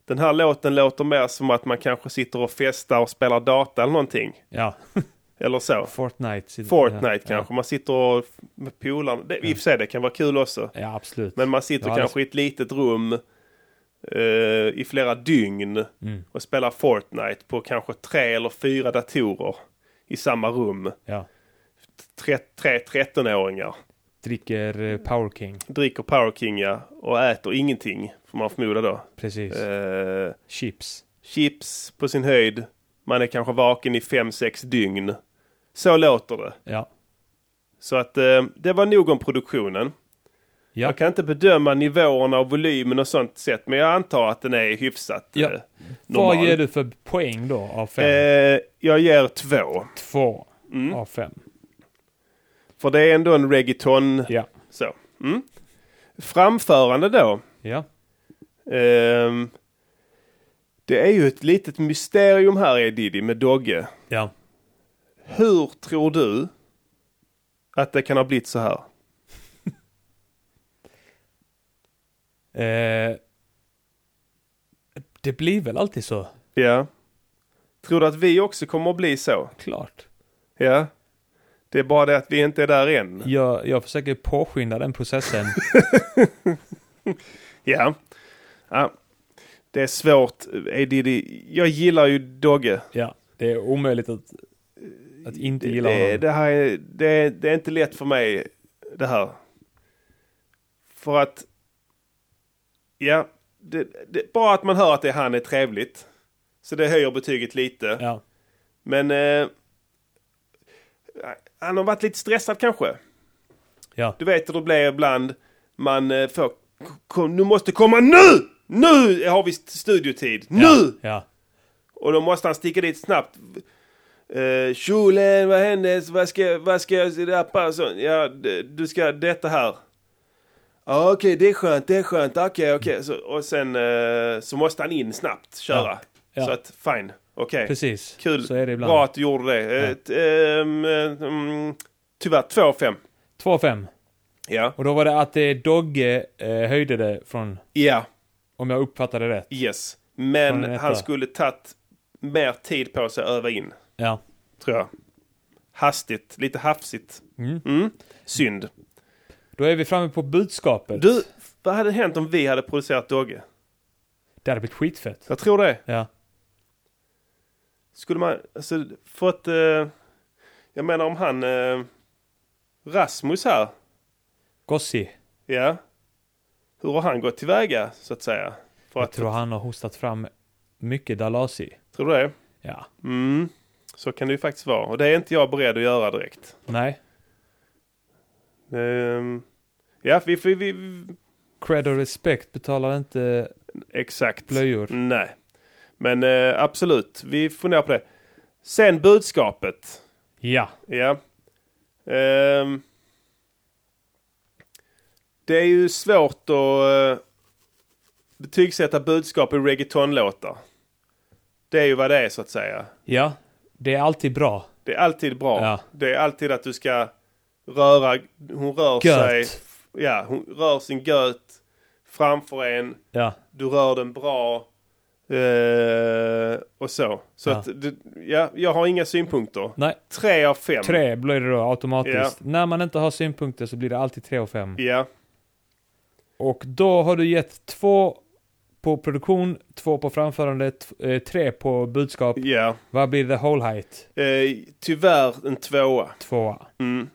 Den här låten låter mer som att man kanske sitter och festar och spelar data eller någonting. Ja. [laughs] Eller så. Fortnite. Fortnite ja. kanske. Man sitter och med polarna. Det, I och för sig, det kan vara kul också. Ja, absolut. Men man sitter Ja, kanske i ett litet rum eh, i flera dygn Mm. och spelar Fortnite på kanske tre eller fyra datorer i samma rum. Ja. Tre, tre 13-åringar. Dricker eh, Power King. Dricker Power King, ja, och äter ingenting, får man förmoda då. Precis. Eh, Chips. chips på sin höjd. Man är kanske vaken i fem sex dygn. Så låter det. Ja. Så att eh, det var nog om produktionen. Ja. Jag kan inte bedöma nivåerna och volymen och sånt sätt, men jag antar att den är hyfsat Ja. eh, normal. Vad ger du för poäng då av fem? Eh, Mm. jag ger två. Två av fem. För det är ändå en reggaeton. Ja. Så. Mm. Framförande då. Ja. Ehm, det är ju ett litet mysterium här är Diddy med Dogge. Ja. Hur tror du att det kan ha blivit så här? Eh, det blir väl alltid så. Ja. Tror du att vi också kommer att bli så? Klart. Ja. Det är bara det att vi inte är där än. Jag, jag försöker påskynda den processen. Ja. ja. Det är svårt. Eh, Diddy. Jag gillar ju Dogge. [laughs] ja. Det är omöjligt att, att inte Det, gilla det, honom. det, här är, det, det är inte lätt för mig det här. För att... Ja. Det, det, bara att man hör att det är han är trevligt. Så det höjer betyget lite. Ja. Men... Eh, han har varit lite stressad kanske. Ja. Du vet hur det blir ibland. Man eh, får... Kom, nu måste komma nu! Nu har vi st- studiotid. Nu! Ja. Och då måste han sticka dit snabbt. Eh, kjolen, vad händes? Vad ska, vad ska jag rappa? Så, ja, d- du ska detta här. Ja, okej, det är skönt, det är skönt, okej, okej. Så- Och sen eh, så måste han in snabbt, köra. Ja. Så att, fine, okej. Precis. Kul, Så är det ibland. bra att du gjorde det. Eh, t- ehm, eh, mm, tyvärr, 2 av 5. Två av fem. Ja. Och då var det att det Dogge eh, höjde det från, Ja, om jag uppfattade det rätt. yes. Från Men en etta. han skulle tagit mer tid på sig att öva in, Ja. tror jag. Hastigt, lite hafsigt. Mm. Synd. Då är vi framme på budskapet. Du, vad hade hänt om vi hade producerat Dogge? Det hade blivit skitfett. Jag tror det. Ja. Skulle man, alltså för att, eh, jag menar om han, eh, Rasmus här, Gossi. ja. Hur har han gått tillväga så att säga? För Jag att- tror han har hostat fram mycket Dalasi. tror du det? Ja. Mm, så kan det ju faktiskt vara. Och det är inte jag beredd att göra direkt. Nej. Ehm, ja, vi, vi, vi Cred och respekt betalar inte exakt. blöjor. Nej. Men eh, absolut, vi funderar på det. Sen budskapet. Ja. Ja. Ehm, det är ju svårt att eh, betygsätta budskap i reggaeton-låtar. Det är ju vad det är så att säga. Ja. Det är alltid bra. Det är alltid bra. Ja. Det är alltid att du ska röra, hon rör Gött. sig, ja, hon rör sin göt framför en. Ja. du rör den bra eh, och så. Så Ja. att, det, ja, jag har inga synpunkter. Nej. Tre av fem. Tre blir det då automatiskt. Ja. När man inte har synpunkter så blir det alltid tre och fem. Ja, Och då har du gett två på produktion, två på framförande, t- eh, tre på budskap. ja. Vad blir the whole height? Eh, tyvärr en tvåa. Tvåa. Mm.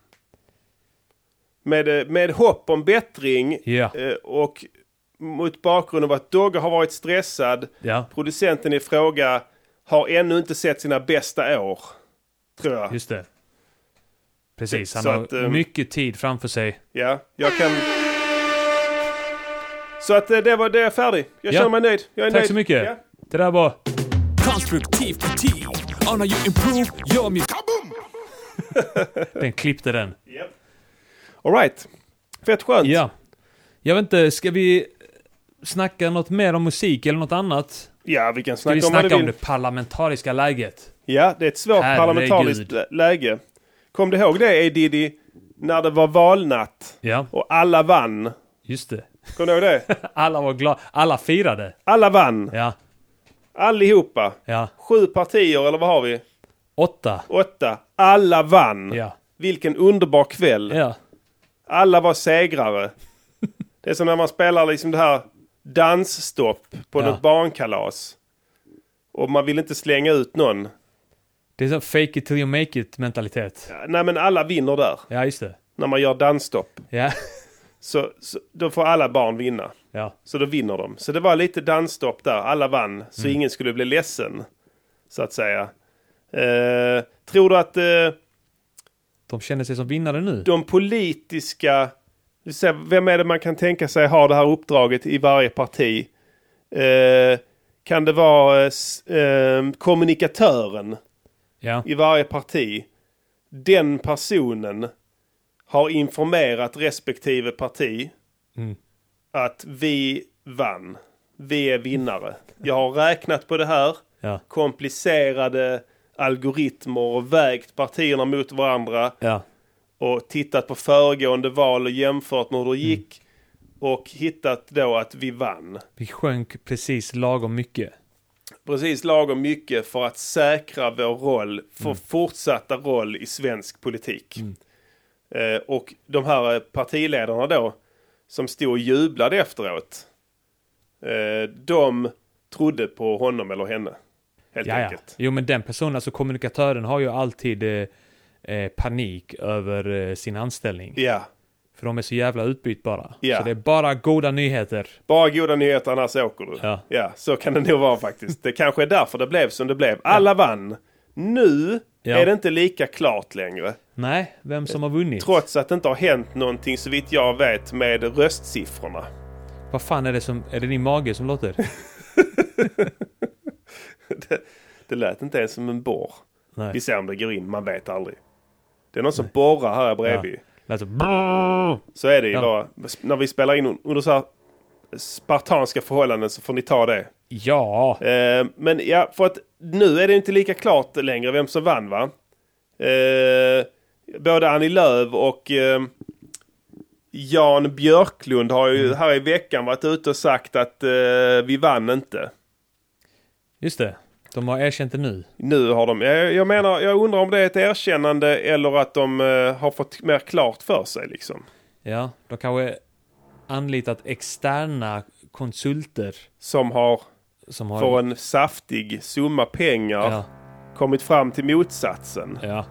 Med, eh, med hopp om bättring Ja. eh, och mot bakgrund av att Dogge har varit stressad. Ja. Producenten i fråga har ännu inte sett sina bästa år. Tror jag. Just det. Precis, Så han att, har ehm, mycket tid framför sig. Ja, jag kan... Så att eh, det var det är jag färdig. Jag Ja. känner mig nöjd. Jag är Tack nöjd. så mycket. Ja. Det där var... Constructive critique on how you improve your music. Den klippte den. All right. Fett skönt. Ja. Jag vet inte, ska vi snacka något mer om musik eller något annat? Ja, vi kan Ska vi snacka om vad snacka du vill. om det parlamentariska läget? Ja, det är ett svårt Herregud. parlamentariskt lä- läge. Kom du ihåg det, A. Diddy? När det var valnatt Ja, och alla vann. just det. Kom du ihåg det? [laughs] Alla var glada. Alla firade. Alla vann. Ja, Allihopa. ja. Sju partier, eller vad har vi? Åtta. Åtta. Alla vann. Ja, Vilken underbar kväll. ja. Alla var segrare. Det är som när man spelar liksom det här dansstopp på Ja. något barnkalas. Och man vill inte slänga ut någon. Det är så fake it till you make it mentalitet. Nej men alla vinner där. Ja, just det. När man gör dansstopp. Ja, Så, så då får alla barn vinna. ja. Så då vinner de. Så det var lite dansstopp där. Alla vann. Så ingen skulle bli ledsen. Så att säga. Eh, tror du att eh, De känner sig som vinnare nu. de politiska... vi ser, Vem är det man kan tänka sig har det här uppdraget i varje parti? Eh, kan det vara eh, s- eh, kommunikatören Ja, i varje parti? Den personen har informerat respektive parti Mm. att vi vann. Vi är vinnare. Jag har räknat på det här ja, komplicerade algoritmer och vägt partierna mot varandra ja. och tittat på föregående val och jämfört med hur det gick. Mm. Och hittat då att vi vann. Vi sjönk precis lagom mycket. Precis lagom mycket för att säkra vår roll, för Mm. fortsatta roll i svensk politik. Eh, och de här eh, partiledarna då, som stod och jublade efteråt. Eh, de trodde på honom eller henne. Helt Ja, ja. enkelt. Jo, men den personen, alltså kommunikatören, har ju alltid eh, eh, panik över eh, sin anställning. Ja, För de är så jävla utbytbara. Ja. Så det är bara goda nyheter. bara goda nyheter annars åker du. Ja. ja, så kan det nog vara faktiskt. Det kanske är därför det blev som det blev. Alla vann. Nu Ja. är det inte lika klart längre. Nej, vem som har vunnit. Trots att det inte har hänt någonting så vitt jag vet med röstsiffrorna. [laughs] Vad fan är det som... Är det din mage som låter? Det lät inte ens som en borr. Nej. Vi ser om det går in, man vet aldrig. Det är någon som borrar här bredvid. Lät så... brrrr. Så är det ju Ja. bara. När vi spelar in under så här spartanska förhållanden så får ni ta det. Ja, Eh, men ja, för att nu är det inte lika klart längre vem som vann va? Eh, både Annie Lööf och eh, Jan Björklund har Mm. ju här i veckan varit ute och sagt att eh, vi vann inte. just det. De har erkänt det nu. Nu har de, jag, jag menar, jag undrar om det är ett erkännande eller att de eh, har fått mer klart för sig liksom. Ja, de kanske anlitat externa konsulter Som har, som har... för en saftig summa pengar, ja, kommit fram till motsatsen. Ja.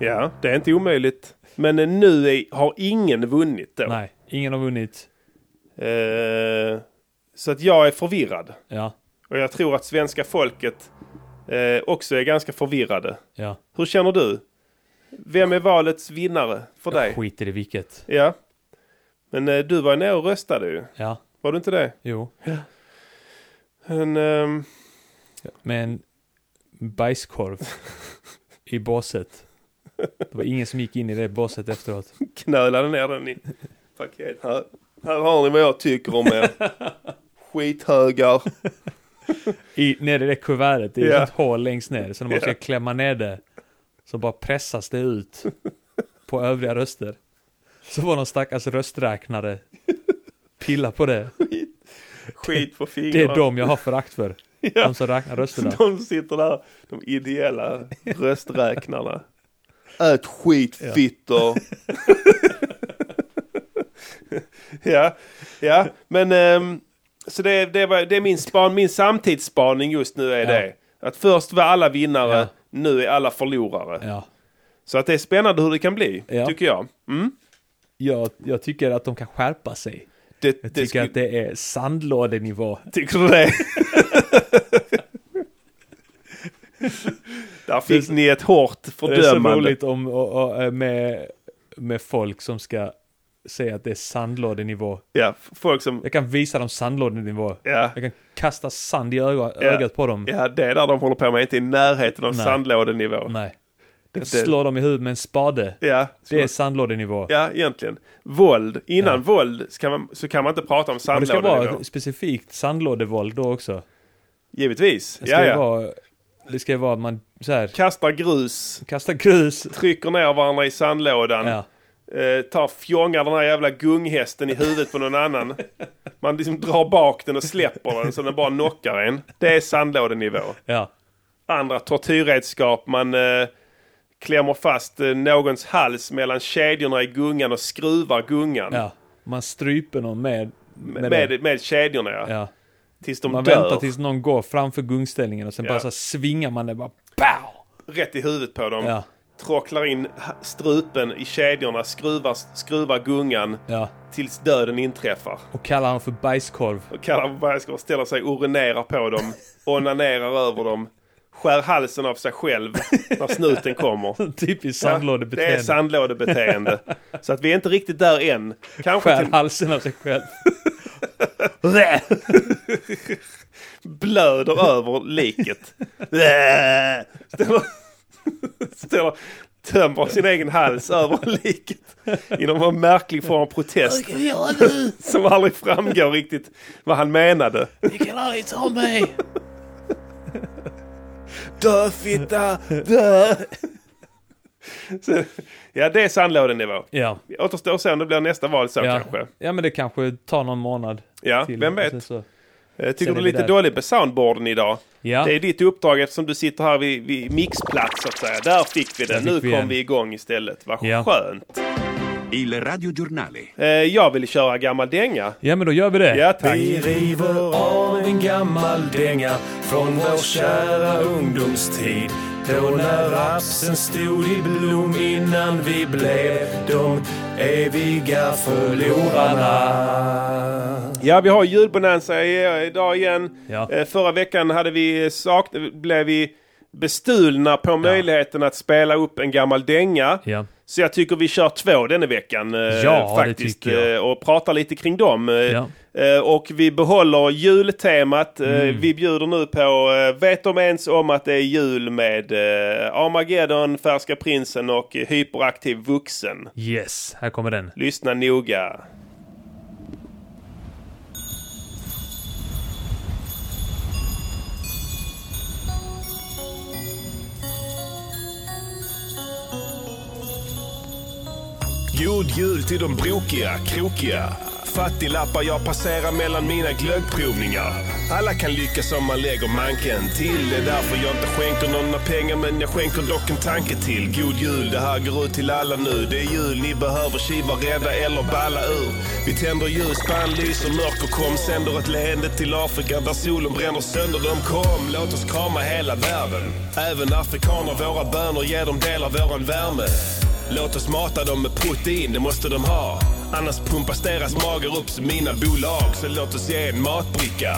Ja, det är inte omöjligt. Men eh, nu är, har ingen vunnit då. Nej, ingen har vunnit. Eh, så att jag är förvirrad. Ja, Och jag tror att svenska folket eh, också är ganska förvirrade. ja. Hur känner du? Vem är valets vinnare för dig? Skiter i vilket. Ja. Men eh, du var ju nere och röstade ju. Ja, Var du inte det? jo. Men, ehm, Med en bajskorv i båset. Det var ingen som gick in i det båset efteråt. knölade ner den i paket. Här, här har ni vad jag tycker om er. Skithögar. I, nere i det kuvertet, det är Ja. ett hål längst ner. Så när man Ja. ska klämma ner det så bara pressas det ut på övriga röster. Så var någon stackars rösträknare pilla på det. Skit på Det fingrarna. är de jag har förakt för. Ja. De som räknar rösterna. De sitter där, de ideella rösträknarna. Ät skit, fittor. ja, ja, men ehm, så det, det, var, det är min, span, min samtidsspaning just nu är det. Att först var alla vinnare, Ja. nu är alla förlorare. Ja. Så att det är spännande hur det kan bli, Ja. tycker jag. Mm. Jag, jag tycker att de kan skärpa sig. Det, Jag det tycker skulle- att det är sandlådenivå. Tycker du [laughs] det? Där Det är fick så- ni ett hårt Det är så fördömande. roligt om, och, och, eh, med, med folk som ska säga att det är sandlådenivå. Ja, folk som... Jag kan visa dem sandlådenivå. Ja. Jag kan kasta sand i öga, Ja. ögat på dem. Ja, det där de håller på med är inte i närheten av Nej. sandlådenivå. Nej. Jag det- slår dem i huvudet med en spade. Ja, Det är sandlådenivå. ja, egentligen. Våld. Innan våld så kan, man, så kan man inte prata om Och det ska sandlådenivå. vara specifikt sandlådevåld då också. Givetvis. Det ska Ja, ju ja. vara, det ska ju vara att man så här, Kastar grus, kastar grus. trycker ner varandra i sandlådan, Ja. eh, tar fjongar den här jävla gunghästen i huvudet på någon annan. Man liksom drar bak den och släpper den så den bara knockar en. Det är sandlådenivå. ja. andra tortyrredskap. Man eh, klämmer fast eh, någons hals mellan kedjorna i gungan och skruvar gungan. Ja, man stryper någon med, med, med, det. med, kedjorna ja. Ja. Tills de Man dör. väntar tills någon går framför gungställningen och sen Ja. bara så här svingar man det bara pow! Rätt i huvudet på dem. Ja. Tråcklar in ha- strupen i kedjorna, skruvar, skruvar gungan. Ja. Tills döden inträffar. Och kallar han för bajskorv. [laughs] Och kallar på bergskorv, ställer sig och urinerar på dem. onanerar över dem. Skär halsen av sig själv när snuten kommer. Typiskt Ja, Det är sandlådebeteende. [laughs] sandlådebeteende. så att vi är inte riktigt där än. Kanske Skär till halsen av sig [laughs] själv. blöder över [laughs] liket. ställer, ställer, tömmer sin egen hals över liket. I någon märklig form av protest. [laughs] Som aldrig framgår riktigt vad han menade. Ni kan aldrig ta mig! [laughs] Dö fitta, dö! Så, ja, det är sandlådenivå. Ja. Återstår att se om det blir nästa val så Ja. kanske. ja, men det kanske tar någon månad. Ja, till. vem Och sen vet. Så. Jag Sen Eh, tycker är du är vi lite där. dålig på soundboarden idag. Ja. Det är ditt uppdrag eftersom du sitter här vid, vid mixplats så att säga. Där fick vi den. Där nu fick vi kom en. vi igång istället. Vad Ja. skönt. Il Radio Giornale. Eh, jag vill köra gammal dänga. Ja, men då gör vi det. Ja tack. river av en gammal dänga från vår kära ungdomstid. Då när rapsen stod i blom innan vi blev de eviga förlorarna. Ja vi har julbonanza i- eh, idag igen. Ja. Eh, förra veckan hade vi sak... blev vi bestulna på möjligheten att spela upp en gammal dänga. Ja. Så jag tycker vi kör två denna veckan. eh, Ja, det faktiskt, tycker jag. eh, Och pratar lite kring dem. eh, Ja. eh, Och vi behåller jultemat. eh, Mm. Vi bjuder nu på eh, Vet de ens om att det är jul med eh, Armageddon, Färska Prinsen och Hyperaktiv Vuxen. Yes, här kommer den. Lyssna noga. God jul till de brokiga, krokiga, fattiglappar jag passerar mellan mina glöggprovningar. Alla kan lyckas om man lägger manken till. Det är därför jag inte skänker någon några pengar men jag skänker dock en tanke till. God jul, det här går ut till alla nu. Det är jul, ni behöver kiva, rädda eller balla ur. Vi tänder ljus, band lyser mörker kom. Sänder ett leende till Afrika där solen bränner sönder dem. Kom, låt oss krama hela världen. Även afrikaner, våra böner, ge dem del av våran värme. Låt oss mata dem med protein, det måste de ha. Annars pumpas deras magar upp som mina bolag. Så låt oss ge en matbricka.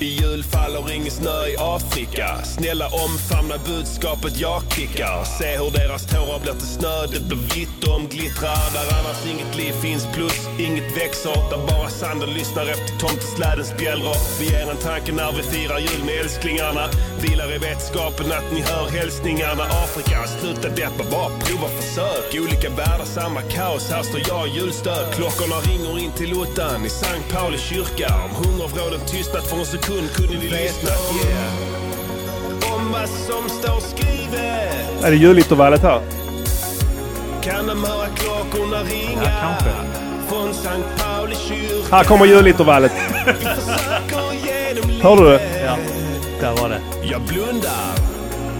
I jul faller ingen snö i Afrika. Snälla omfamna budskapet jag kickar. Se hur deras tårar blir till snö, det blir vitt och omglittrar. Där annars inget liv finns plus, inget växer. Där bara sanden lyssnar efter tomteslädens bjällror. Vi ger en tanke när vi firar jul med älsklingarna. Vilar i vetskapen att ni hör hälsningarna. Afrika, sluta deppa, bara prova försök. Olika världar, samma kaos. Här står jag i julstök. Klockorna ringer in till ottan i Sankt Pauli kyrka. Om hungervrålen tystnat för en sekund kunde ni lyssna. Yeah. Om vad som står skrivet Är det julintervallet här? kan de höra klockorna ringa. Från Sankt Pauli kyrka. Här kommer julintervallet. Vi försöker ge dem Hör du det? Ja, där var det. Jag blundar.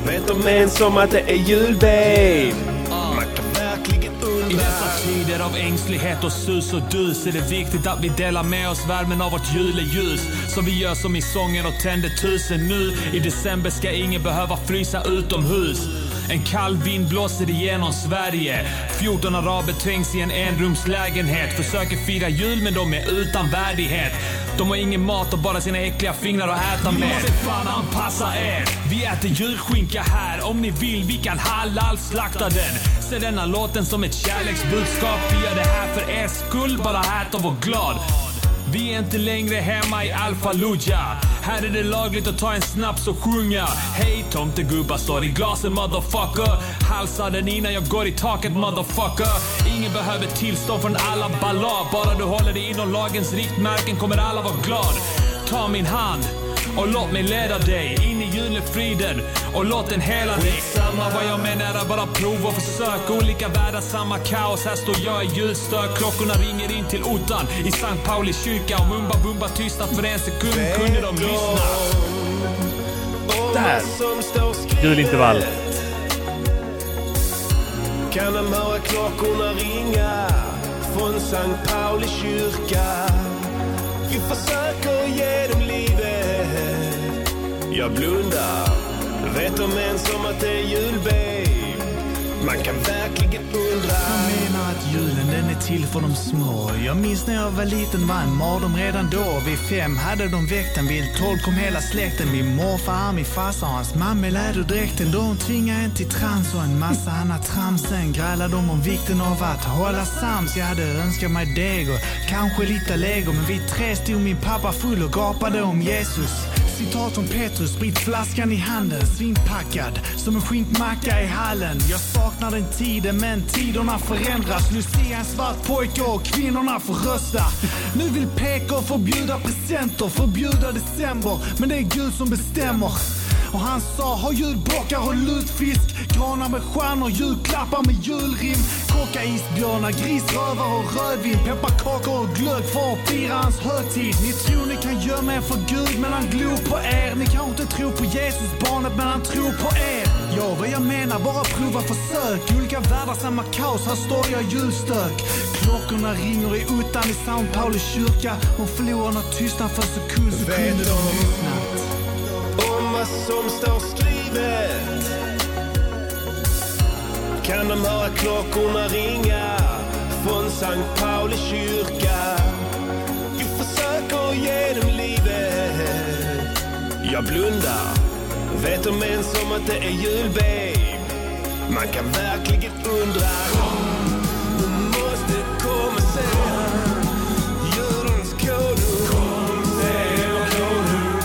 Vet de ens om att det är jul, babe? Man kan verkligen I undra. dessa tider av ängslighet och sus och dus är det viktigt att vi delar med oss värmen av vårt juleljus. Som vi gör som i sången och tänder tusen nu. I december ska ingen behöva frysa utomhus. En kall vind blåser igenom Sverige. 14 araber trängs i en enrumslägenhet. Försöker fira jul men de är utan värdighet. De har ingen mat och bara sina äckliga fingrar att äta med. Ni måste fan anpassa er. Vi äter julskinka här. Om ni vill vi kan halal-slakta den. Se denna låten som ett kärleksbudskap. Vi gör det här för er skull. Bara ät och var glad. Vi är inte längre hemma i Al-Fallujah. Här är det lagligt att ta en snaps och sjunga. Hej tomtegubbar, står i glasen motherfucker. Halsa den innan jag går i taket motherfucker. Ingen behöver tillstånd från alla ballad. Bara du håller dig inom lagens riktmärken kommer alla vara glad. Ta min hand. Och låt mig leda dig in i julefriden och låt den hela dig. Samma vad jag menar är bara prov och försök. Olika världar, samma kaos. Här står jag i julstök. Klockorna ringer in till otan i Sankt Pauli kyrka. Och Mumba Bumba tystnat för en sekund kunde de lyssna. Där! Som står skrivet. Julintervall. Kan de höra klockorna ringa från Sankt Pauli kyrka? Vi försöker ge dem livet. Jag blundar. Vet de ens om att det är jul, babe? Man kan verkligen undra. Jag menar att julen den är till för de små. Jag minns när jag var liten var en mardröm redan då. Vid fem hade de väckt en vid tolv kom hela släkten. Min morfar, min farsa och hans mamma i läderdräkten. De tvingade en till trans och en massa annat trams. Sen grälade de om vikten av att hålla sams. Jag hade önskat mig deg och kanske lite lego. Men vid tre stod min pappa full och gapade om Jesus. Citat från Petrus, spritflaskan i handen, svinpackad som en skinkmacka i hallen. Jag saknar den tiden men tiderna förändras. Nu ser jag en svart pojke och kvinnorna får rösta. Nu vill PK förbjuda presenter, förbjuda december. Men det är Gud som bestämmer. Och han sa ha julbockar och lutfisk, granar med stjärnor, julklappar med julrim. Kocka isbjörnar, grisrövar och rödvin, pepparkakor och glögg för att fira hans högtid. Ni tror ni kan gömma er för Gud men han glor på er. Ni kanske inte tror på Jesus barnet men han tror på er. Ja, vad jag menar, bara prova försök. Olika världar, samma kaos, här står jag i julstök. Klockorna ringer i utan i São Paulo kyrka. Och förlorarna tystnar för sekund så kunde de lyssnat. om vad som står skrivet kan de höra klockorna ringa från Sankt Pauli kyrka. Vi försöker ge dem livet. Jag blundar. Vet de ens om att det är jul, babe? Man kan verkligen undra. Du måste komma sen. Julens konung. Kom, se vår konung.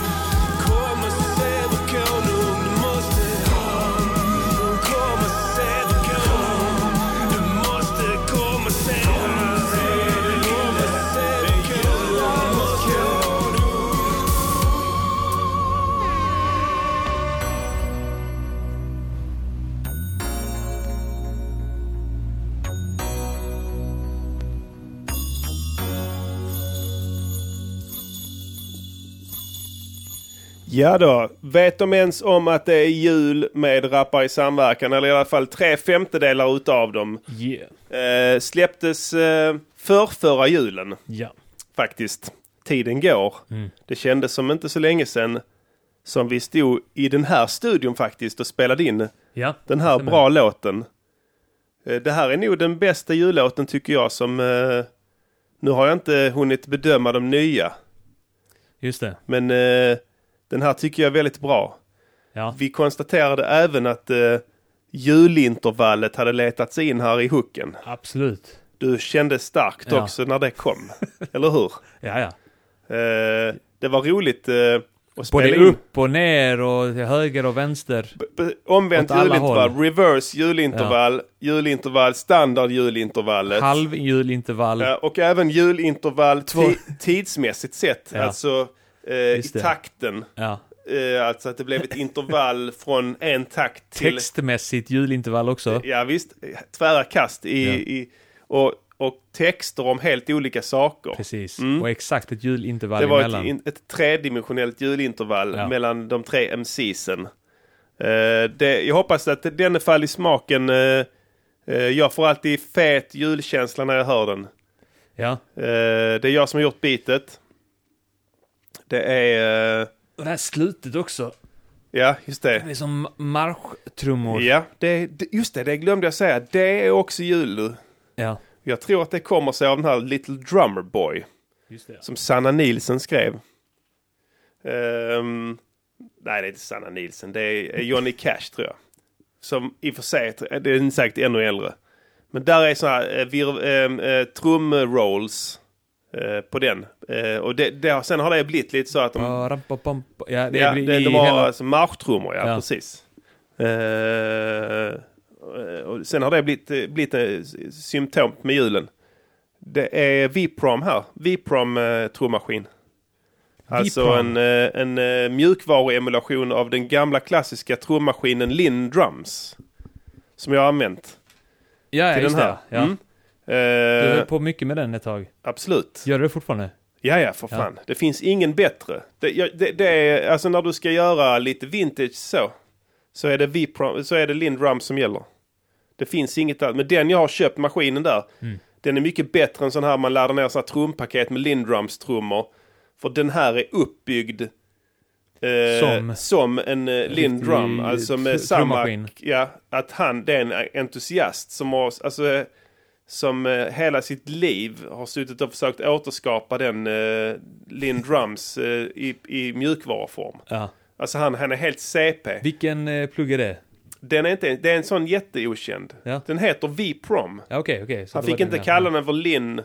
Kom och se vår konung, du måste Kom, kom och se vår konung Du måste komma och se honom Kom och se vår konung Ja då, vet de ens om att det är jul med Rappare i samverkan? Eller i alla fall tre femtedelar utav dem. Eh, släpptes eh, förrförra julen. Ja. Faktiskt. Tiden går. Mm. Det kändes som inte så länge sedan som vi stod i den här studion faktiskt och spelade in Ja, den här stämmer. bra låten. Eh, Det här är nog den bästa jullåten tycker jag som... Eh, nu har jag inte hunnit bedöma de nya. Just det. Men eh, den här tycker jag är väldigt bra. Ja. Vi konstaterade även att eh, julintervallet hade letat sig in här i hooken. Absolut. Du kände starkt Ja. också när det kom, eller hur? Ja, ja. Eh, det var roligt eh, att spela Både in. upp och ner och till höger och vänster. B- Omvänt Åt alla julintervall, håll. reverse julintervall, julintervall, standard julintervallet. Halvjulintervall. Ja, och även julintervall ti- tidsmässigt sett, Ja. alltså eh, i Just det. takten. Ja. Eh, alltså att det blev ett intervall från en takt till... Textmässigt julintervall också. Ja visst, tvära kast i, Ja. i, och, och texter om helt olika saker. Precis. Mm. Och exakt ett julintervall Det var ett, emellan. in- ett tredimensionellt julintervall Ja. mellan de tre MC'sen. Eh, det, jag hoppas att den faller i smaken. eh, eh, jag får alltid fet julkänsla när jag hör den. Ja. Eh, det är jag som har gjort bitet. Det är... eh, Och det här slutet också. ja, just det. Det är som marschtrummor. Ja, det, det- just det, det glömde jag säga. Det är också jul. Ja. Jag tror att det kommer sig av den här Little Drummer Boy. Just det. Som Sanna Nilsen skrev. Ehm, nej, det är inte Sanna Nilsen. Det är Johnny Cash, tror jag. Som i och för sig, det är säkert ännu äldre. Men där är sådana här eh, vir, ehm, eh, trumrolls eh, på den. Eh, och det, det, har- sen har det blivit lite så att de... Ba-ram-ba-bam-ba. Ja, det är ja, i- det, i de har hela- alltså marschtrummor, ja, Ja. precis. Eh, och sen har det blivit, eh, blivit eh, symptom med julen. Det är Viprom här. Viprom eh, trummaskin. Alltså Viprom. en, eh, en eh, mjukvaruemulation av den gamla klassiska trummaskinen Linn Drums. Som jag har använt. Ja, ja, till just den här. det. Ja. Mm. Du Eh, höll på mycket med den ett tag. Absolut. Gör du det fortfarande? Ja, ja, för Ja. fan. Det finns ingen bättre. Det, ja, det, det är, alltså när du ska göra lite vintage så, så är det, Viprom, så är det Lindrum som gäller. Det finns inget annat. Men den jag har köpt, maskinen där, Mm. den är mycket bättre än sån här man laddar ner såna här trumpaket med Lindrums trummor. För den här är uppbyggd eh, Som? som en eh, Lindrum. Riktig Alltså tr- med samma... trummaskin. Ja, att han, det är en entusiast som har... Alltså, eh, som eh, hela sitt liv har suttit och försökt återskapa den eh, Lindrums eh, i, i mjukvaruform. Ja. Alltså han, han är helt CP. Vilken eh, plugg är det? Den är inte, det är en sån jätteokänd. Ja. Den heter V-prom. Ja, okej, okej. Så Han det fick var inte ja. kalla den för Linn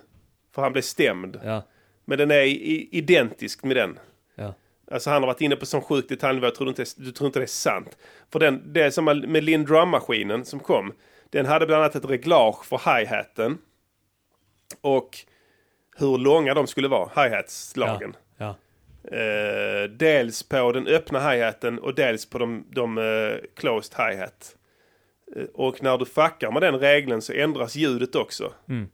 för han blev stämd. Ja. Men den är i, identisk med den. Ja. Alltså han har varit inne på sån sjuk detaljnivå, jag tror inte, du tror inte det är sant. För den, det är som med Lindrum-maskinen som kom. Den hade bland annat ett reglage för hi-haten. Och hur långa de skulle vara, hi-hats-slagen. Ja. Eh, dels på den öppna hi-haten och dels på de, de eh, closed hi-hat. Eh, och när du fuckar med den regeln så ändras ljudet också. Mm.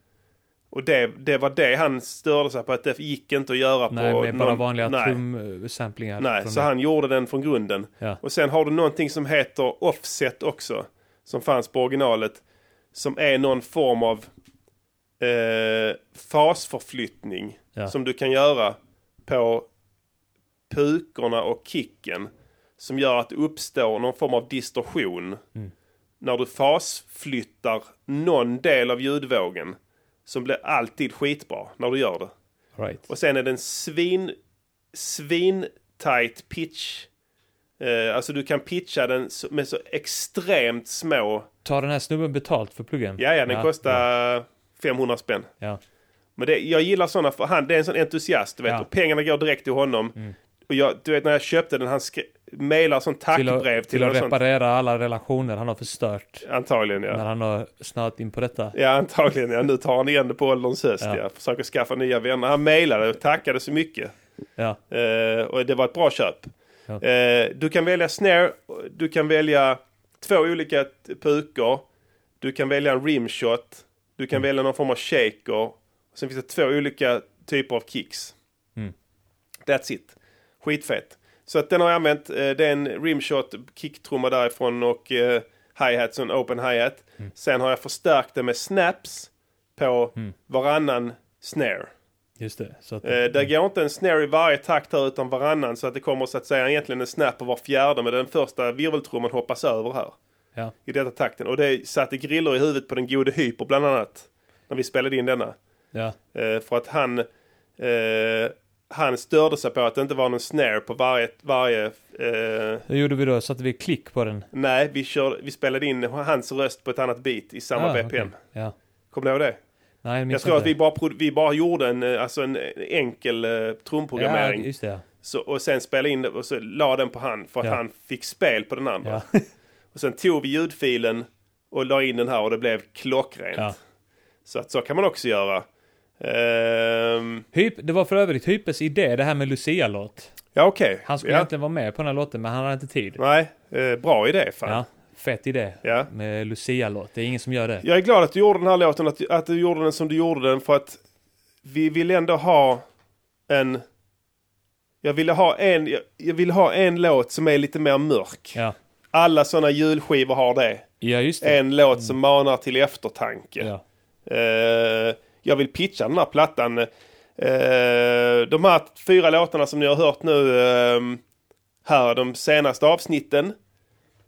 Och det, det var det han störde sig på, att det gick inte att göra Nej, på... med bara någon- vanliga Nej. trumsamplingar. Nej, från så det. han gjorde den från grunden. Ja. Och sen har du någonting som heter offset också. Som fanns på originalet. Som är någon form av eh, fasförflyttning. Ja. Som du kan göra på pukorna och kicken. Som gör att det uppstår någon form av distorsion. Mm. När du fasflyttar någon del av ljudvågen. Som blir alltid skitbra när du gör det. Right. Och sen är den svin, svin tight pitch. Eh, alltså du kan pitcha den så- med så extremt små. Tar den här snubben betalt för pluggen? Ja, ja, den Ja. kostar 500 spänn. ja. Men det, jag gillar sådana för han, det är en sån entusiast, du vet. Ja. Mm. Och pengarna går direkt till honom. Och jag, du vet när jag köpte den, han skre- mailar sånt Till att, tackbrev till, till, att något sånt. reparera alla relationer han har förstört. Antagligen ja. När han har snöat in på detta. Ja, antagligen. Ja. Nu tar han igen det på ålderns höst. Ja. Ja. Försöker skaffa nya vänner. Han mejlade och tackade så mycket. Ja. Eh, och det var ett bra köp. Ja. Eh, du kan välja snare. Du kan välja två olika t- pukor. Du kan välja en rimshot. Du kan välja någon form av shaker. Sen finns det två olika typer av kicks. Mm. That's it. Skitfett. Så att den har jag använt. Eh, Det är en rimshot, kicktrumma därifrån och eh, hi-hat, så en open hi-hat. Sen har jag förstärkt det med snaps på varannan snare. Just det. Så att, Eh, där går inte en snare i varje takt här utan varannan så att det kommer så att säga egentligen en snap på var fjärde men den första virveltrumman hoppas över här. Ja. I detta takten. Och det satte griller i huvudet på den gode Hyper bland annat. När vi spelade in denna. Ja. Eh, för att han, eh, han störde sig på att det inte var någon snare på varje... varje eh, Hur gjorde vi då? Satte vi klick på den? nej, vi, körde, vi spelade in hans röst på ett annat beat i samma Ah, okej. BPM. Ja. Kommer du ihåg det? Nej, jag minns tror inte. att vi bara, prod- vi bara gjorde en, eh, alltså en enkel eh, trumprogrammering. Ja, just det, ja. så, och sen spelade in det och så la den på han för att Ja. han fick spel på den andra. och sen tog vi ljudfilen och la in den här och det blev klockrent. Ja. Så att så kan man också göra. Ehm, Hyp, det var för övrigt Hypes idé, det här med Lucia-låt. Ja, okej. Han skulle Ja. egentligen vara med på den här låten, men han hade inte tid. Nej, eh, bra idé fan. Ja, fet idé. Ja. Med Lucia-låt. Det är ingen som gör det. Jag är glad att du gjorde den här låten, att, att du gjorde den som du gjorde den för att vi vill ändå ha en... Jag ville ha en, jag, jag ville ha en låt som är lite mer mörk. Ja. Alla sådana julskivor har det. Ja, just det. En låt som manar till eftertanke. Ja. Eh, jag vill pitcha den här plattan. Eh, de här fyra låtarna som ni har hört nu eh, här, de senaste avsnitten.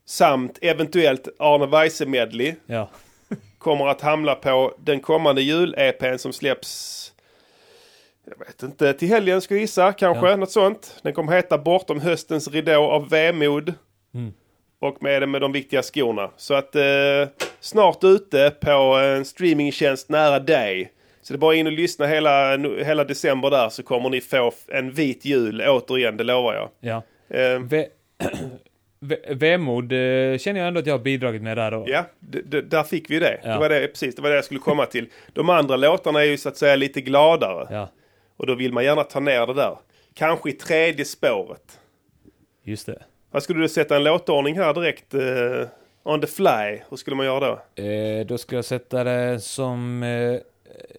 Samt eventuellt Arne Weise-medley Ja. kommer att hamna på den kommande jul-EPn som släpps jag vet inte, till helgen skulle jag gissa kanske, Ja. något sånt. Den kommer heta Bortom höstens ridå av vemod. Mm. Och med den med de viktiga skorna. Så att eh, snart ute på en streamingtjänst nära dig. Så det är bara in och lyssna hela, hela december där så kommer ni få en vit jul återigen, det lovar jag. Ja. Eh, Ve- [clears throat] Ve- Vemod eh, känner jag ändå att jag har bidragit med där. Och, Ja, d- d- där fick vi det. Ja. Det, var det, precis, det var det jag skulle komma till. De andra låtarna är ju så att säga lite gladare. Ja. Och då vill man gärna ta ner det där. Kanske i tredje spåret. Just det. Vad skulle du sätta en låtordning här direkt? eh, on the fly, hur skulle man göra då? Eh, då ska jag sätta det som eh,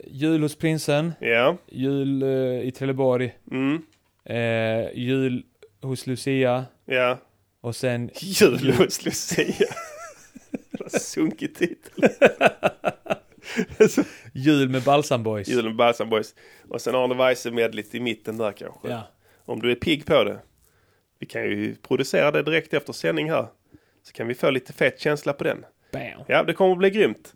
Jul hos prinsen, Ja, Jul eh, i Trelleborg, mm, eh, Jul hos Lucia ja. och sen... Jul hos Lucia. [laughs] Vad Sunkig titel. [laughs] Jul med Balsam Boys. Julen med Balsam Boys. Och sen Arne Weise medligt i mitten där kanske. Ja. Om du är pigg på det. Vi kan ju producera det direkt efter sändning här. Så kan vi få lite fet känsla på den. Bam. Ja, det kommer att bli grymt.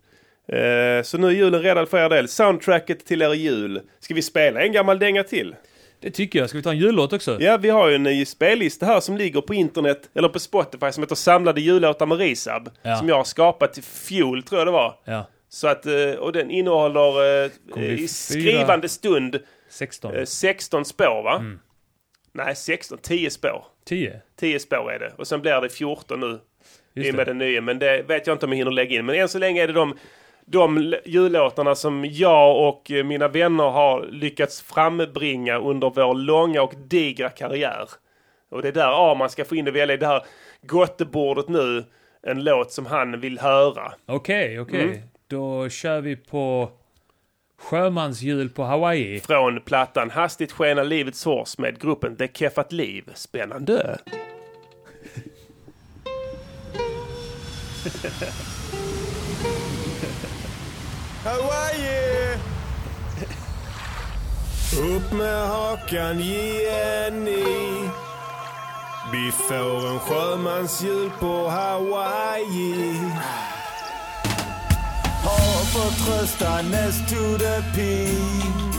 Eh, så nu är julen redan för er del. Soundtracket till er jul. Ska vi spela en gammal dänga till? Det tycker jag. Ska vi ta en jullåt också? Ja, vi har ju en ny spellista här som ligger på internet, eller på Spotify, som heter Samlade jullåtar med Risab. Ja. Som jag har skapat till fjol, tror jag det var. Ja. Så att, eh, och den innehåller eh, Kommer i bli skrivande stund 16. eh, 16 spår, va? Nej, 16, 10 spår. 10. 10 spår är det. Och sen blir det 14 nu Just i det. och med den nya. Men det vet jag inte om jag hinner lägga in. Men än så länge är det de, de l- jullåtarna som jag och eh, mina vänner har lyckats frambringa under vår långa och digra karriär. Och det är där ja, man ska få in och välja i det här gottebordet nu. En låt som han vill höra. Okej, okej. Mm. Då kör vi på Sjömansjul på Hawaii. Från plattan Hastigt skena livets hårs med gruppen The Keffat Liv. Spännande! Hawaii! Upp med hakan, Jenny. Vi får en sjömansjul på Hawaii. Har förtröstan as to the peak.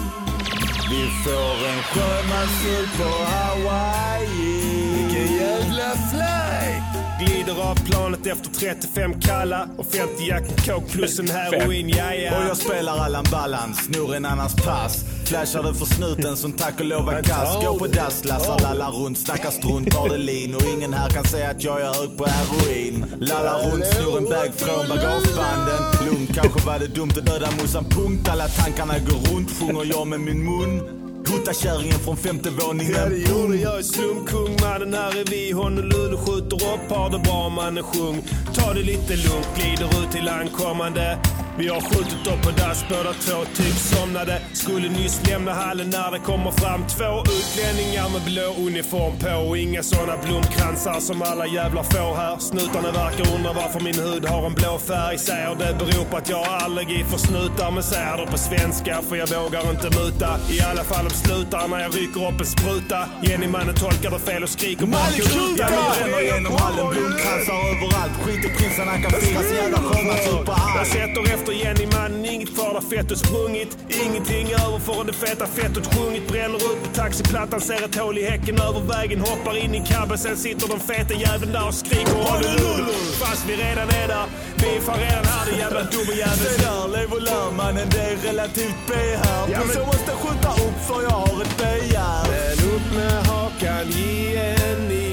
Vi får en sjömansjul på Hawaii. Vilken jävla flight! Glider av planet efter 35 kalla och 50 Jack and Coke plus en heroin, ja, ja. Och jag spelar Allan Ballan, snor en annans pass. Flashar den för snuten som tack och lov är kass. Går på dass, lassar lallar runt, snackar strunt, tar det lean. Och ingen här kan säga att jag är hög på heroin. Lallar runt, snor en bag från bagagebanden. Lugnt, kanske var det dumt att döda morsan, punkt. Alla tankarna går runt, sjunger jag med min mun. Puttakärringen från femte Ja, det våningen. gjorde jag i slumkung mannen här är vi Honolulu skjuter upp har det bra mannen sjung Ta det lite lugnt glider ut till ankommande Vi har skjutit upp på dass båda två, typ somnade. Skulle nyss lämna hallen när det kommer fram två utlänningar med blå uniform på. Och inga såna blomkransar som alla jävlar får här. Snutarna verkar undra varför min hud har en blå färg. Säger det beror på att jag har allergi för snutar. Men säger det på svenska för jag vågar inte muta. I alla fall de slutar när jag rycker upp en spruta. Jenny-mannen tolkar det fel och skriker Malik "Bakut!" sluta! Ja, men bränner Bränner genom hallen, blomkransar överallt. Skit i prinsen, han kan fira sin jävla sköna supa jag sätter efter Jenny mannen, inget kvar där fettet sprungit. Ingenting över förrän det feta fettet sjungit. Bränner upp på taxiplattan, ser ett hål i häcken över vägen. Hoppar in i cabben, sen sitter den feta jäveln där och skriker Honolulu! Fast vi redan är där. Beefar redan här din jävla dubbeljävel. Se där, lev och lär mannen, det är relativt behär. Ja, men- Prinsen måste skjuta upp för jag har ett begär. Men upp med hakan, Jenny.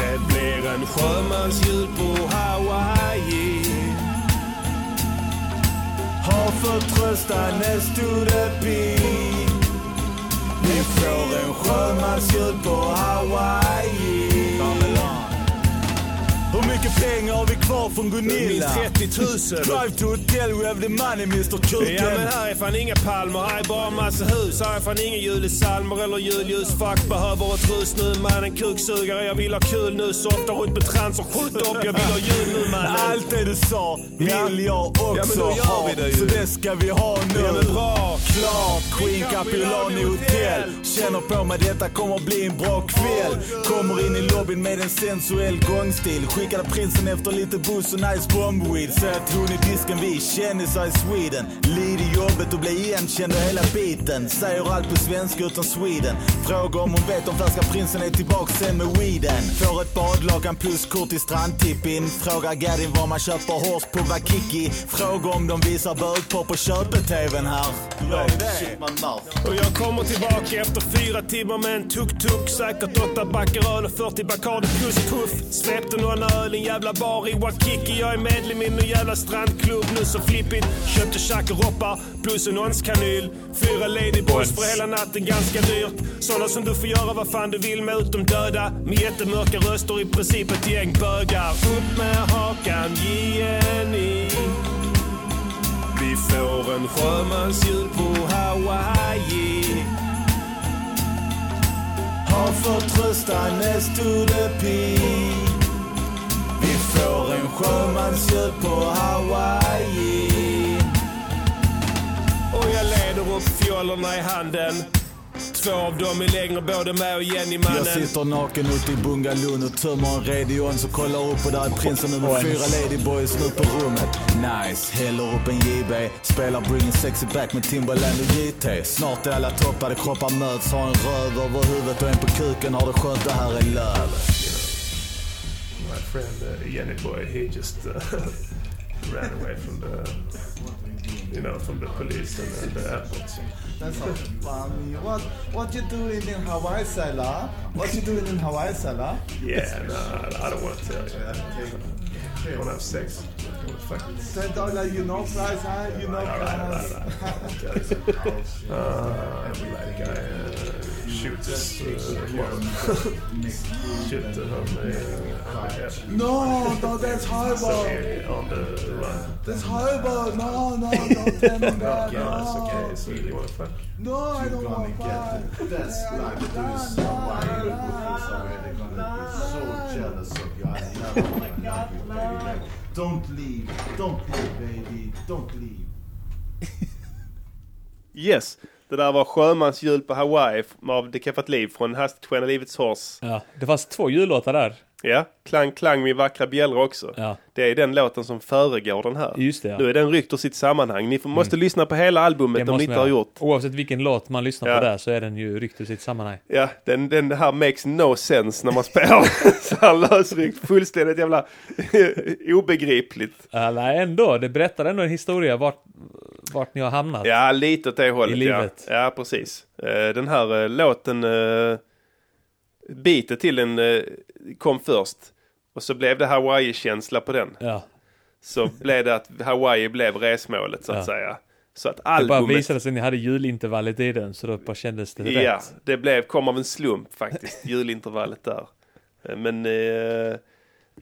Det blir en sjömansjul på Hawaii. Har förtröstan näst to the peak. Vi får en sjömansjul på Hawaii. Hur mycket pengar har vi kvar från Gunilla? Minst 30 000. Drive to hotel, we have the money Mr Kuken. Ja men här är fan inga palmer, här är bara massa hus. Här är fan inga julesalmer eller julljus. Fuck behöver ett rus nu mannen. Kuksugare, jag vill ha kul nu. Softa runt med trans och skjut upp, jag vill ha jul nu mannen. Allt det du sa vill jag också Ja, men då gör ha. vi det ju. Så det ska vi ha nu. Ja, men bra. Klart, Queen Capilani Hotel. Känner på mig detta kommer bli en bra kväll. Kommer in i lobbyn med en sensuell gångstil. Skickade prinsen efter lite booze och nice bombweed. Så jag tog i disken, vi kändisar i Sweden. Lid i jobbet och bli igenkänd och hela biten. Säger allt på svenska utom Sweden. Frågar om hon vet om färska prinsen är tillbaka sen med weeden. Får ett badlakan plus kort i strandtippin. Frågar Gaddin var man köper horse på Vakiki. Frågar om de visar bögpop på köpet-tvn här. Och jag kommer tillbaka efter fyra timmar med en tuk-tuk. Säkert åtta backar öl och 40 Bacardi plus puff. Svepte några öl i en jävla bar i Waikiki. Jag är medlem i nån jävla strandklubb nu så flippigt. Köpte chakeroppar plus en onskanyl. Fyra ladyboys för hela natten, ganska dyrt. Såna som du får göra vad fan du vill med utom döda. Med jättemörka röster, i princip ett gäng bögar. Upp med hakan, JNI. Vi får en sjömansjul på Hawaii. Har förtröstan näst to the peak. Vi får en sjömansjul på Hawaii. Och jag leder upp fjollorna i handen. Två av dem är längre, både mig och Jenny-mannen. Jag sitter naken ute i bungalown och tömmer en radion så kollar upp och där är prinsen nu med Och en- fyra ladyboys nu på rummet. Nice, häller upp en JB, spelar Bring a Sexy Back med Timbaland och JT. Snart är alla toppade kroppar möts, har en röv över huvudet och en på kuken har det skönt, det här är löv. My friend uh, Jenny boy, he just uh, ran away from the, you know, from the police and uh, the airport. That's all funny. What what you doing in Hawaii, Sela? What you doing in Hawaii, Sela? Yeah, no, I don't want to tell you. I want to have sex. Fuck. Ten dollar, you know price, huh? You know price. Uh, we let a guy uh, [laughs] shoot this uh, one. shoot the homie. [laughs] No, no, that's So horrible. he on the run. That's horrible. No, no, don't tell me that. Yeah, No. that's okay. So you want to fuck? No, I don't want to get fight. the best life through someone you're They're gonna be so jealous of you. I never wanna knock you, baby. Don't leave. Don't leave, baby. Don't leave. Yes, det där var Sjömansjul på Hawaii av Det Kaffat Liv från Hastigt Skena Livets Hors. Ja, det fanns två jullåtar där. Ja, Klang Klang Min Vackra Bjällra också. Det är den låten som föregår [laughs] den här. Just det, ja. Nu är den ryckt ur sitt sammanhang. Ni får, måste lyssna på hela Det albumet om ni måste inte man har göra. gjort. Oavsett vilken låt man lyssnar Ja. på där så är den ju ryckt ur sitt sammanhang. Ja, den, den här makes no sense när man spelar [laughs] så här lösryckt. Fullständigt jävla [laughs] obegripligt. Äh, nej, ändå. Det berättar ändå en historia vart, vart ni har hamnat. Ja, lite åt det hållet. I livet. Ja, ja precis. Eh, Den här eh, låten, eh, bitet till den eh, kom först. Och så blev det Hawaii-känsla på den. Ja. Så blev det att Hawaii blev resmålet så att Ja. säga. Så att Det bara albumet... visade sig att ni hade julintervallet i den, så då bara kändes det Ja, rätt. [laughs] det blev, kom av en slump faktiskt, julintervallet där. Eh, Men eh,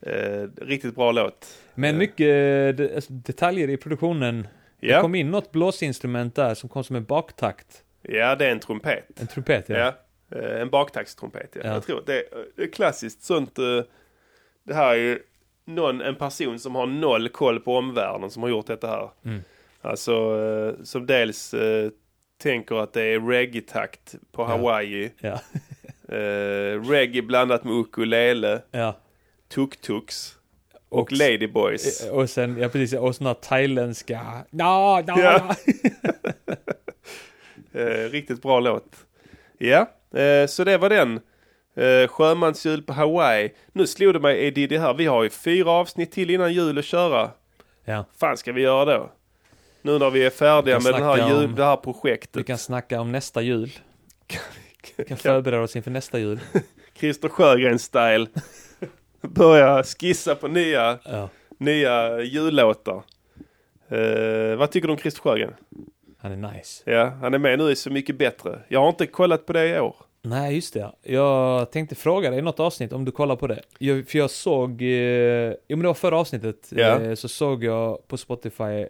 Eh, riktigt bra låt. Men mycket eh, alltså, detaljer i produktionen. Ja. Det kom in något blåsinstrument där som kom som en baktakt. Ja, det är en trumpet. En trumpet, ja. Eh, En baktaktstrumpet, ja. Ja. Jag tror det är, det är klassiskt sånt. eh, Det här är ju någon, en person som har noll koll på omvärlden som har gjort detta här. Mm. Alltså, eh, som dels eh, tänker att det är reggae-takt på Hawaii. Ja. [laughs] Eh, reggae blandat med ukulele. Ja. Tuk-tuks. Och, Ladyboys. Eh, Och sen, ja precis, och sådana thailändska... Ja, ja, ja. Eh, riktigt bra låt. Ja, eh, så det var den. Eh, Sjömansjul på Hawaii. Nu slog det mig, är det det här, vi har ju fyra avsnitt till innan jul att köra. Ja. fan ska vi göra då? Nu när vi är färdiga Vi med kan den här snacka jul, om- det här projektet. Vi kan snacka om nästa jul. [laughs] Vi kan förbereda oss inför nästa jul. Christer Sjögren-style. [laughs] Börja skissa på nya, nya jullåtar. Eh, vad tycker du om Christer Sjögren? Han är nice. Ja, han är med nu i Så Mycket Bättre. Jag har inte kollat på det i år. Nej, just det. Jag tänkte fråga dig i något avsnitt om du kollar på det. Jag, för jag såg, eh, jo men det var förra avsnittet, Ja. eh, så såg jag på Spotify, eh,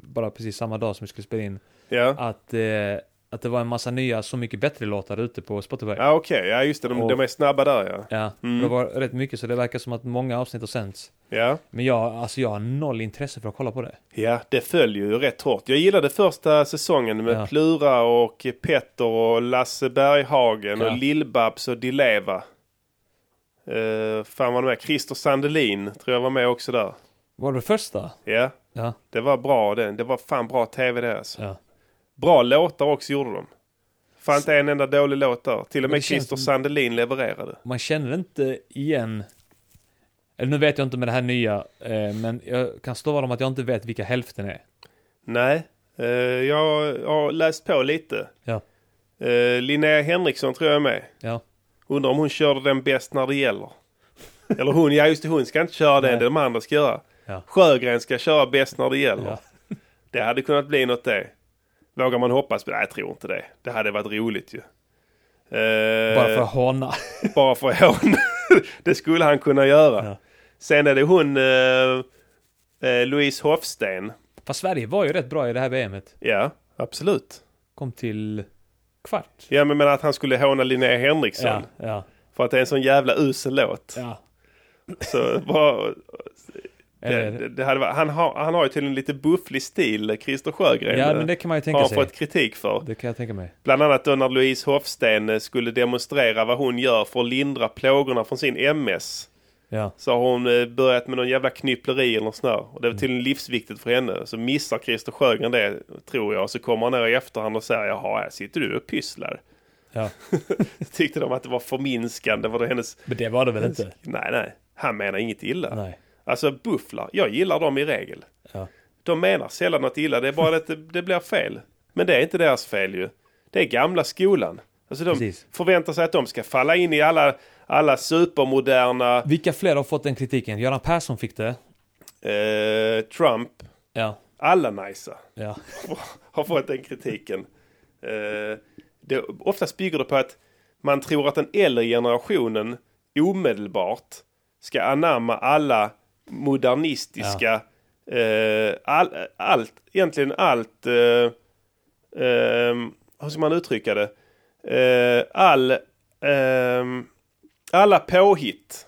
bara precis samma dag som vi skulle spela in, Ja. att, eh, att det var en massa nya Så Mycket Bättre-låtar ute på Spotify. Ja okej, ja just det, de, Och- de är snabba där ja. Ja, Mm. det var rätt mycket så det verkar som att många avsnitt har sänts. Ja. Men jag, alltså jag har noll intresse för att kolla på det. Ja, det följer ju rätt hårt. Jag gillade första säsongen med Ja. Plura och Petter och Lasse Berghagen Ja. och Lill-Babs och Dileva. Uh, fan var de med? Christer Sandelin tror jag var med också där. Var det första? Ja, Ja. det var bra den. Det var fan bra tv det alltså. Ja. Bra låtar också gjorde de. Fan inte en enda dålig låt där. Till Men och med det känns Christer som- Sandelin levererade. Man känner inte igen... Eller nu vet jag inte med det här nya, eh, men jag kan stå om att jag inte vet vilka hälften är. Nej, eh, jag har läst på lite. Ja. Eh, Linnea Henriksson tror jag är med. Ja. Undrar om hon körde den bäst när det gäller. Eller hon, ja just det, hon ska inte köra den, det de andra ska göra. Ja. Sjögren ska köra bäst när det gäller. Det hade kunnat bli något det. Vågar man hoppas? Nej, jag tror inte det. Det hade varit roligt ju. Eh, Bara för att håna. bara för hon. det skulle han kunna göra. Sen är det hon, eh, eh, Louise Hofsten. Fast Sverige var ju rätt bra i det här VMet. Ja, absolut. Kom till kvart. Ja, men, men att han skulle håna Linnea Henriksson. Ja, ja. För att det är en sån jävla usel låt. Ja. [laughs] Så bara... Det, Eller- det, det hade varit, han, har, han har ju tydligen lite bufflig stil, Christer Sjögren. eh, Ja, men det kan man ju tänka har sig. fått kritik för. Det kan jag tänka mig. Bland annat då när Louise Hofsten eh, skulle demonstrera vad hon gör för att lindra plågorna från sin MS. Ja. Så har hon eh, börjat med någon jävla knyppleri eller något sånt där. Och det var tydligen livsviktigt för henne. Så missar Christer Sjögren det, tror jag. Så kommer han ner i efterhand och säger, jaha, här sitter du och pysslar. [laughs] Ja. Tyckte de att det var förminskande, var det hennes... Men det var det väl inte? [laughs] Nej, nej. Han menar inget illa. Nej. Alltså bufflar, jag gillar dem i regel. Ja. De menar sällan något illa, det är bara att det, det blir fel. Men det är inte deras fel ju. Det är gamla skolan. Alltså de Precis. förväntar sig att de ska falla in i alla, alla supermoderna Vilka fler har fått den kritiken? Göran Persson fick det. eh, Trump. Ja. Alla najsa Ja. har fått den kritiken. Eh, det, oftast bygger det på att man tror att den äldre generationen omedelbart ska anamma alla modernistiska, eh, all, allt, egentligen allt, eh, ehm, hur ska man uttrycka det? Eh, all, ehm, alla påhitt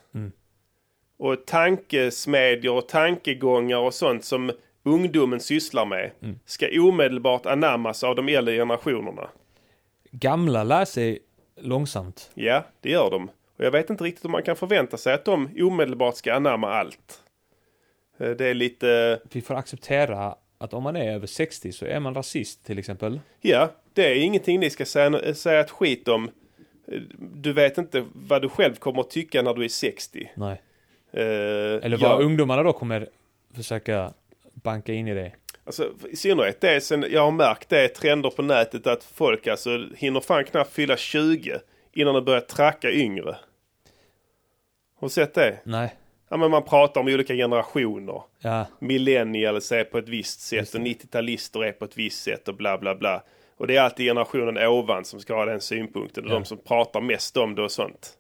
och tankesmedjor och tankegångar och sånt som ungdomen sysslar med ska omedelbart anammas av de äldre generationerna. Gamla lär sig långsamt. Ja, det gör de. Och jag vet inte riktigt om man kan förvänta sig att de omedelbart ska anamma allt. Eh, Det är lite, Vi får acceptera att om man är över 60 så är man rasist till exempel. ja, det är ingenting ni ska säga, säga ett skit om. Eh, Du vet inte vad du själv kommer att tycka när du är 60. Nej. Eller Eh, Eller vad ungdomarna då kommer försöka banka in i det. Alltså, I synnerhet det är sen, jag har märkt det är trender på nätet att folk alltså hinner fan knappt fylla 20 innan de börjar tracka yngre. Har du sett det? Nej. Ja, men man pratar om olika generationer. Ja. Millennials är på ett visst sätt och 90-talister är på ett visst sätt och bla bla bla. Och det är alltid generationen ovan som ska ha den synpunkten och Ja. de som pratar mest om det och sånt.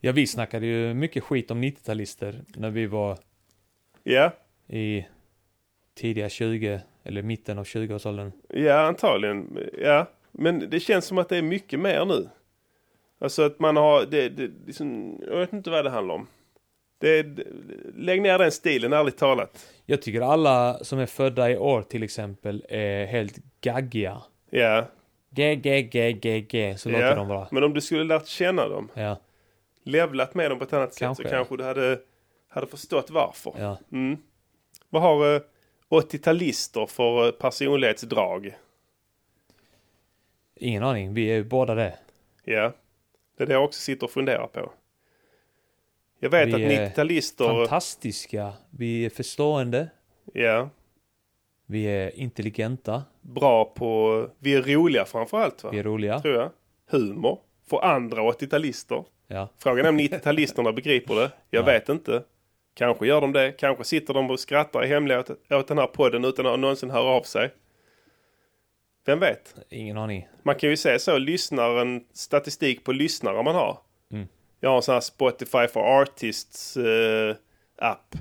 Ja, vi snackade ju mycket skit om 90-talister när vi var Ja. i tidiga 20 eller mitten av 20-årsåldern. Ja, antagligen. Ja. Men det känns som att det är mycket mer nu. Alltså att man har, det, det, liksom, jag vet inte vad det handlar om. Det, det, lägg ner den stilen, ärligt talat. Jag tycker alla som är födda i år till exempel är helt gaggiga. Ja. G, g, g, g, g, så låter ja. de vara. Men om du skulle lärt känna dem, Ja, levlat med dem på ett annat sätt Kanske. så kanske du hade, hade förstått varför. ja. Mm. Vad har eh, 80-talister för eh, personlighetsdrag? Ingen aning, vi är ju båda det. Ja, det är det jag också sitter och funderar på. Jag vet Vi att är 90-talister... Fantastiska, vi är förstående, Ja, vi är intelligenta, bra på... Vi är roliga framförallt va? vi är roliga. Tror jag. Humor. För andra 80-talister. Ja. Frågan är om 90-talisterna begriper det. Jag vet inte. Kanske gör de det. Kanske sitter de och skrattar i hemlighet åt, åt den här podden utan att någonsin höra av sig. Vem vet? Ingen aning. Man kan ju se så, lyssnaren, statistik på lyssnare man har. Mm. Jag har en sån här Spotify for Artists eh, app.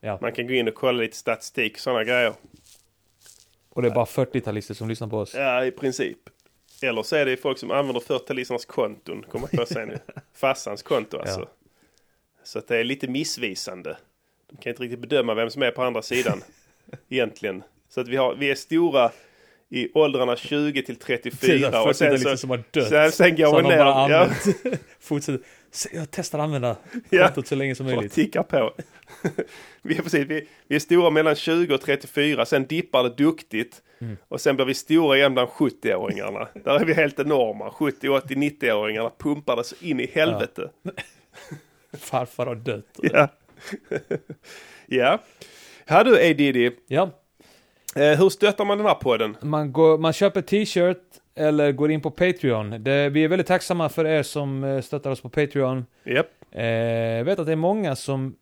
Ja. Man kan gå in och kolla lite statistik och sådana grejer. Och det är bara 40-talister som lyssnar på oss. Ja, i princip. Eller så är det folk som använder 40-talisternas konton, kommer jag på sen nu. Farsans konto alltså. Så att det är lite missvisande. De kan inte riktigt bedöma vem som är på andra sidan egentligen. Så att vi, har, vi är stora i åldrarna 20 till 34 och sen så... som har dött. Sen, sen går Så vi de ner. bara Ja, använt- [laughs] Fortsätter. Se, Jag testar att använda Ja. kontot så länge som och möjligt. tickar på. vi, är precis, vi, vi är stora mellan 20 och 34, sen dippar det duktigt. Mm. Och sen blir vi stora igen bland 70-åringarna. Där är vi helt enorma. 70, 80, 90-åringarna pumpar det så in i helvete. Farfar har dött. Ja. [laughs] ja. Här du, A. Diddy. Ja. Eh, hur stöttar man den här podden? Man, går, man köper t-shirt eller går in på Patreon. Det, vi är väldigt tacksamma för er som eh, stöttar oss på Patreon. Japp. Eh, jag vet att det är många som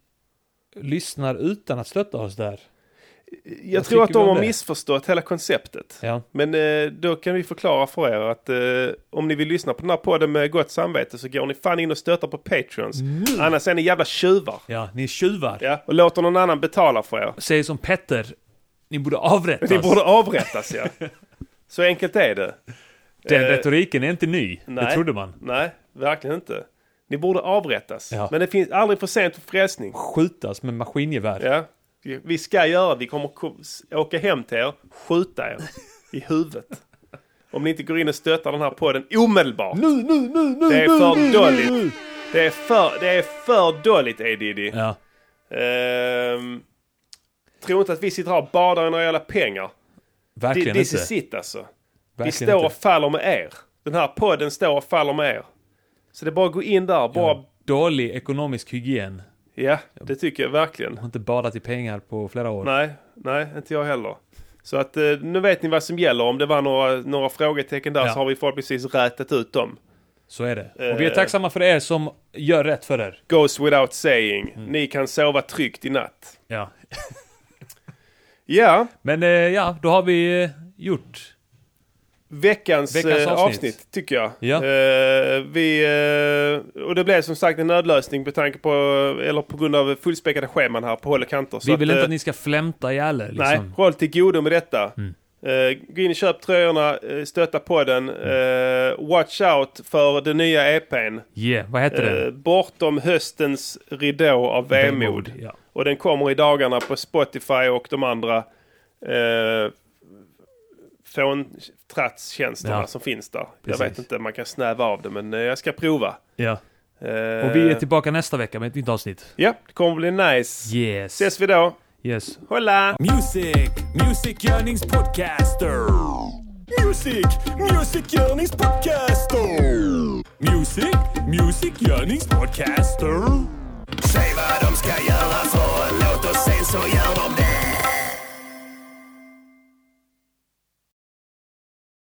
lyssnar utan att stötta oss där. Jag Vad tror att tycker vi om de har det? missförstått hela konceptet. Ja. Men eh, då kan vi förklara för er att eh, om ni vill lyssna på den här podden med gott samvete så går ni fan in och stöttar på Patreons. Annars är ni jävla tjuvar. ja, ni är tjuvar. Ja, och låter någon annan betala för er. Säger som Petter, ni borde avrättas. Ni borde avrättas ja. [laughs] Så enkelt är det. Den Eh, retoriken är inte ny. Det trodde man. Nej, verkligen inte. Ni borde avrättas. Ja. Men det finns aldrig för sent för frälsning. Skjutas med maskingevär. Ja. Vi vi ska göra, vi kommer ko- s- åka hem till er, skjuta er i huvudet. Om ni inte går in och stöttar den här podden omedelbart. Nu, nu, nu, nu, Det är nu, för nu, nu, dåligt. Det är för, det är för dåligt, Edidi. Ja. Ehm, tror inte att vi sitter här och badar i några jävla pengar. Verkligen Thi- This inte. is it alltså. vi Verkligen står inte. och faller med er. Den här podden står och faller med er. Så det är bara att gå in där. Bara... Dålig ekonomisk hygien. Ja, det tycker jag verkligen. Har inte badat i pengar på flera år. Nej, nej, inte jag heller. Så att eh, nu vet ni vad som gäller. Om det var några, några frågetecken där Ja. så har vi förhoppningsvis rätat ut dem. Så är det. Och vi är Eh. tacksamma för er som gör rätt för er. Goes without saying. Ni kan sova tryggt i natt. Ja. [laughs] Ja, Men eh, ja, då har vi eh, gjort. veckans, Veckans eh, avsnitt. avsnitt. tycker jag. Ja. Eh, vi, eh, och det blev som sagt en nödlösning på tanke på, eller på grund av fullspäckade scheman här på håll och kanter. Så vi vill inte eh, att ni ska flämta ihjäl er liksom. Nej, roll till godo med detta. Mm. Eh, gå in och köp tröjorna, eh, stötta podden. Mm. Eh, watch out för den nya EPn. Yeah, vad heter Eh, det? Bortom höstens ridå av vemod. Ja. Och den kommer i dagarna på Spotify och de andra eh, fåntratstjänsterna Ja. som finns där. Precis. Jag vet inte, man kan snäva av det men eh, jag ska prova. ja. Eh, Och vi är tillbaka nästa vecka med ett nytt avsnitt. Ja, det kommer bli nice. Yes. Ses vi då. Yes. Hola! Music, Music Yearnings Podcaster. Music, Music Yearnings Podcaster. Music, Music Yearnings Podcaster. Säg vad de ska göra för en låt och sen så gör de det.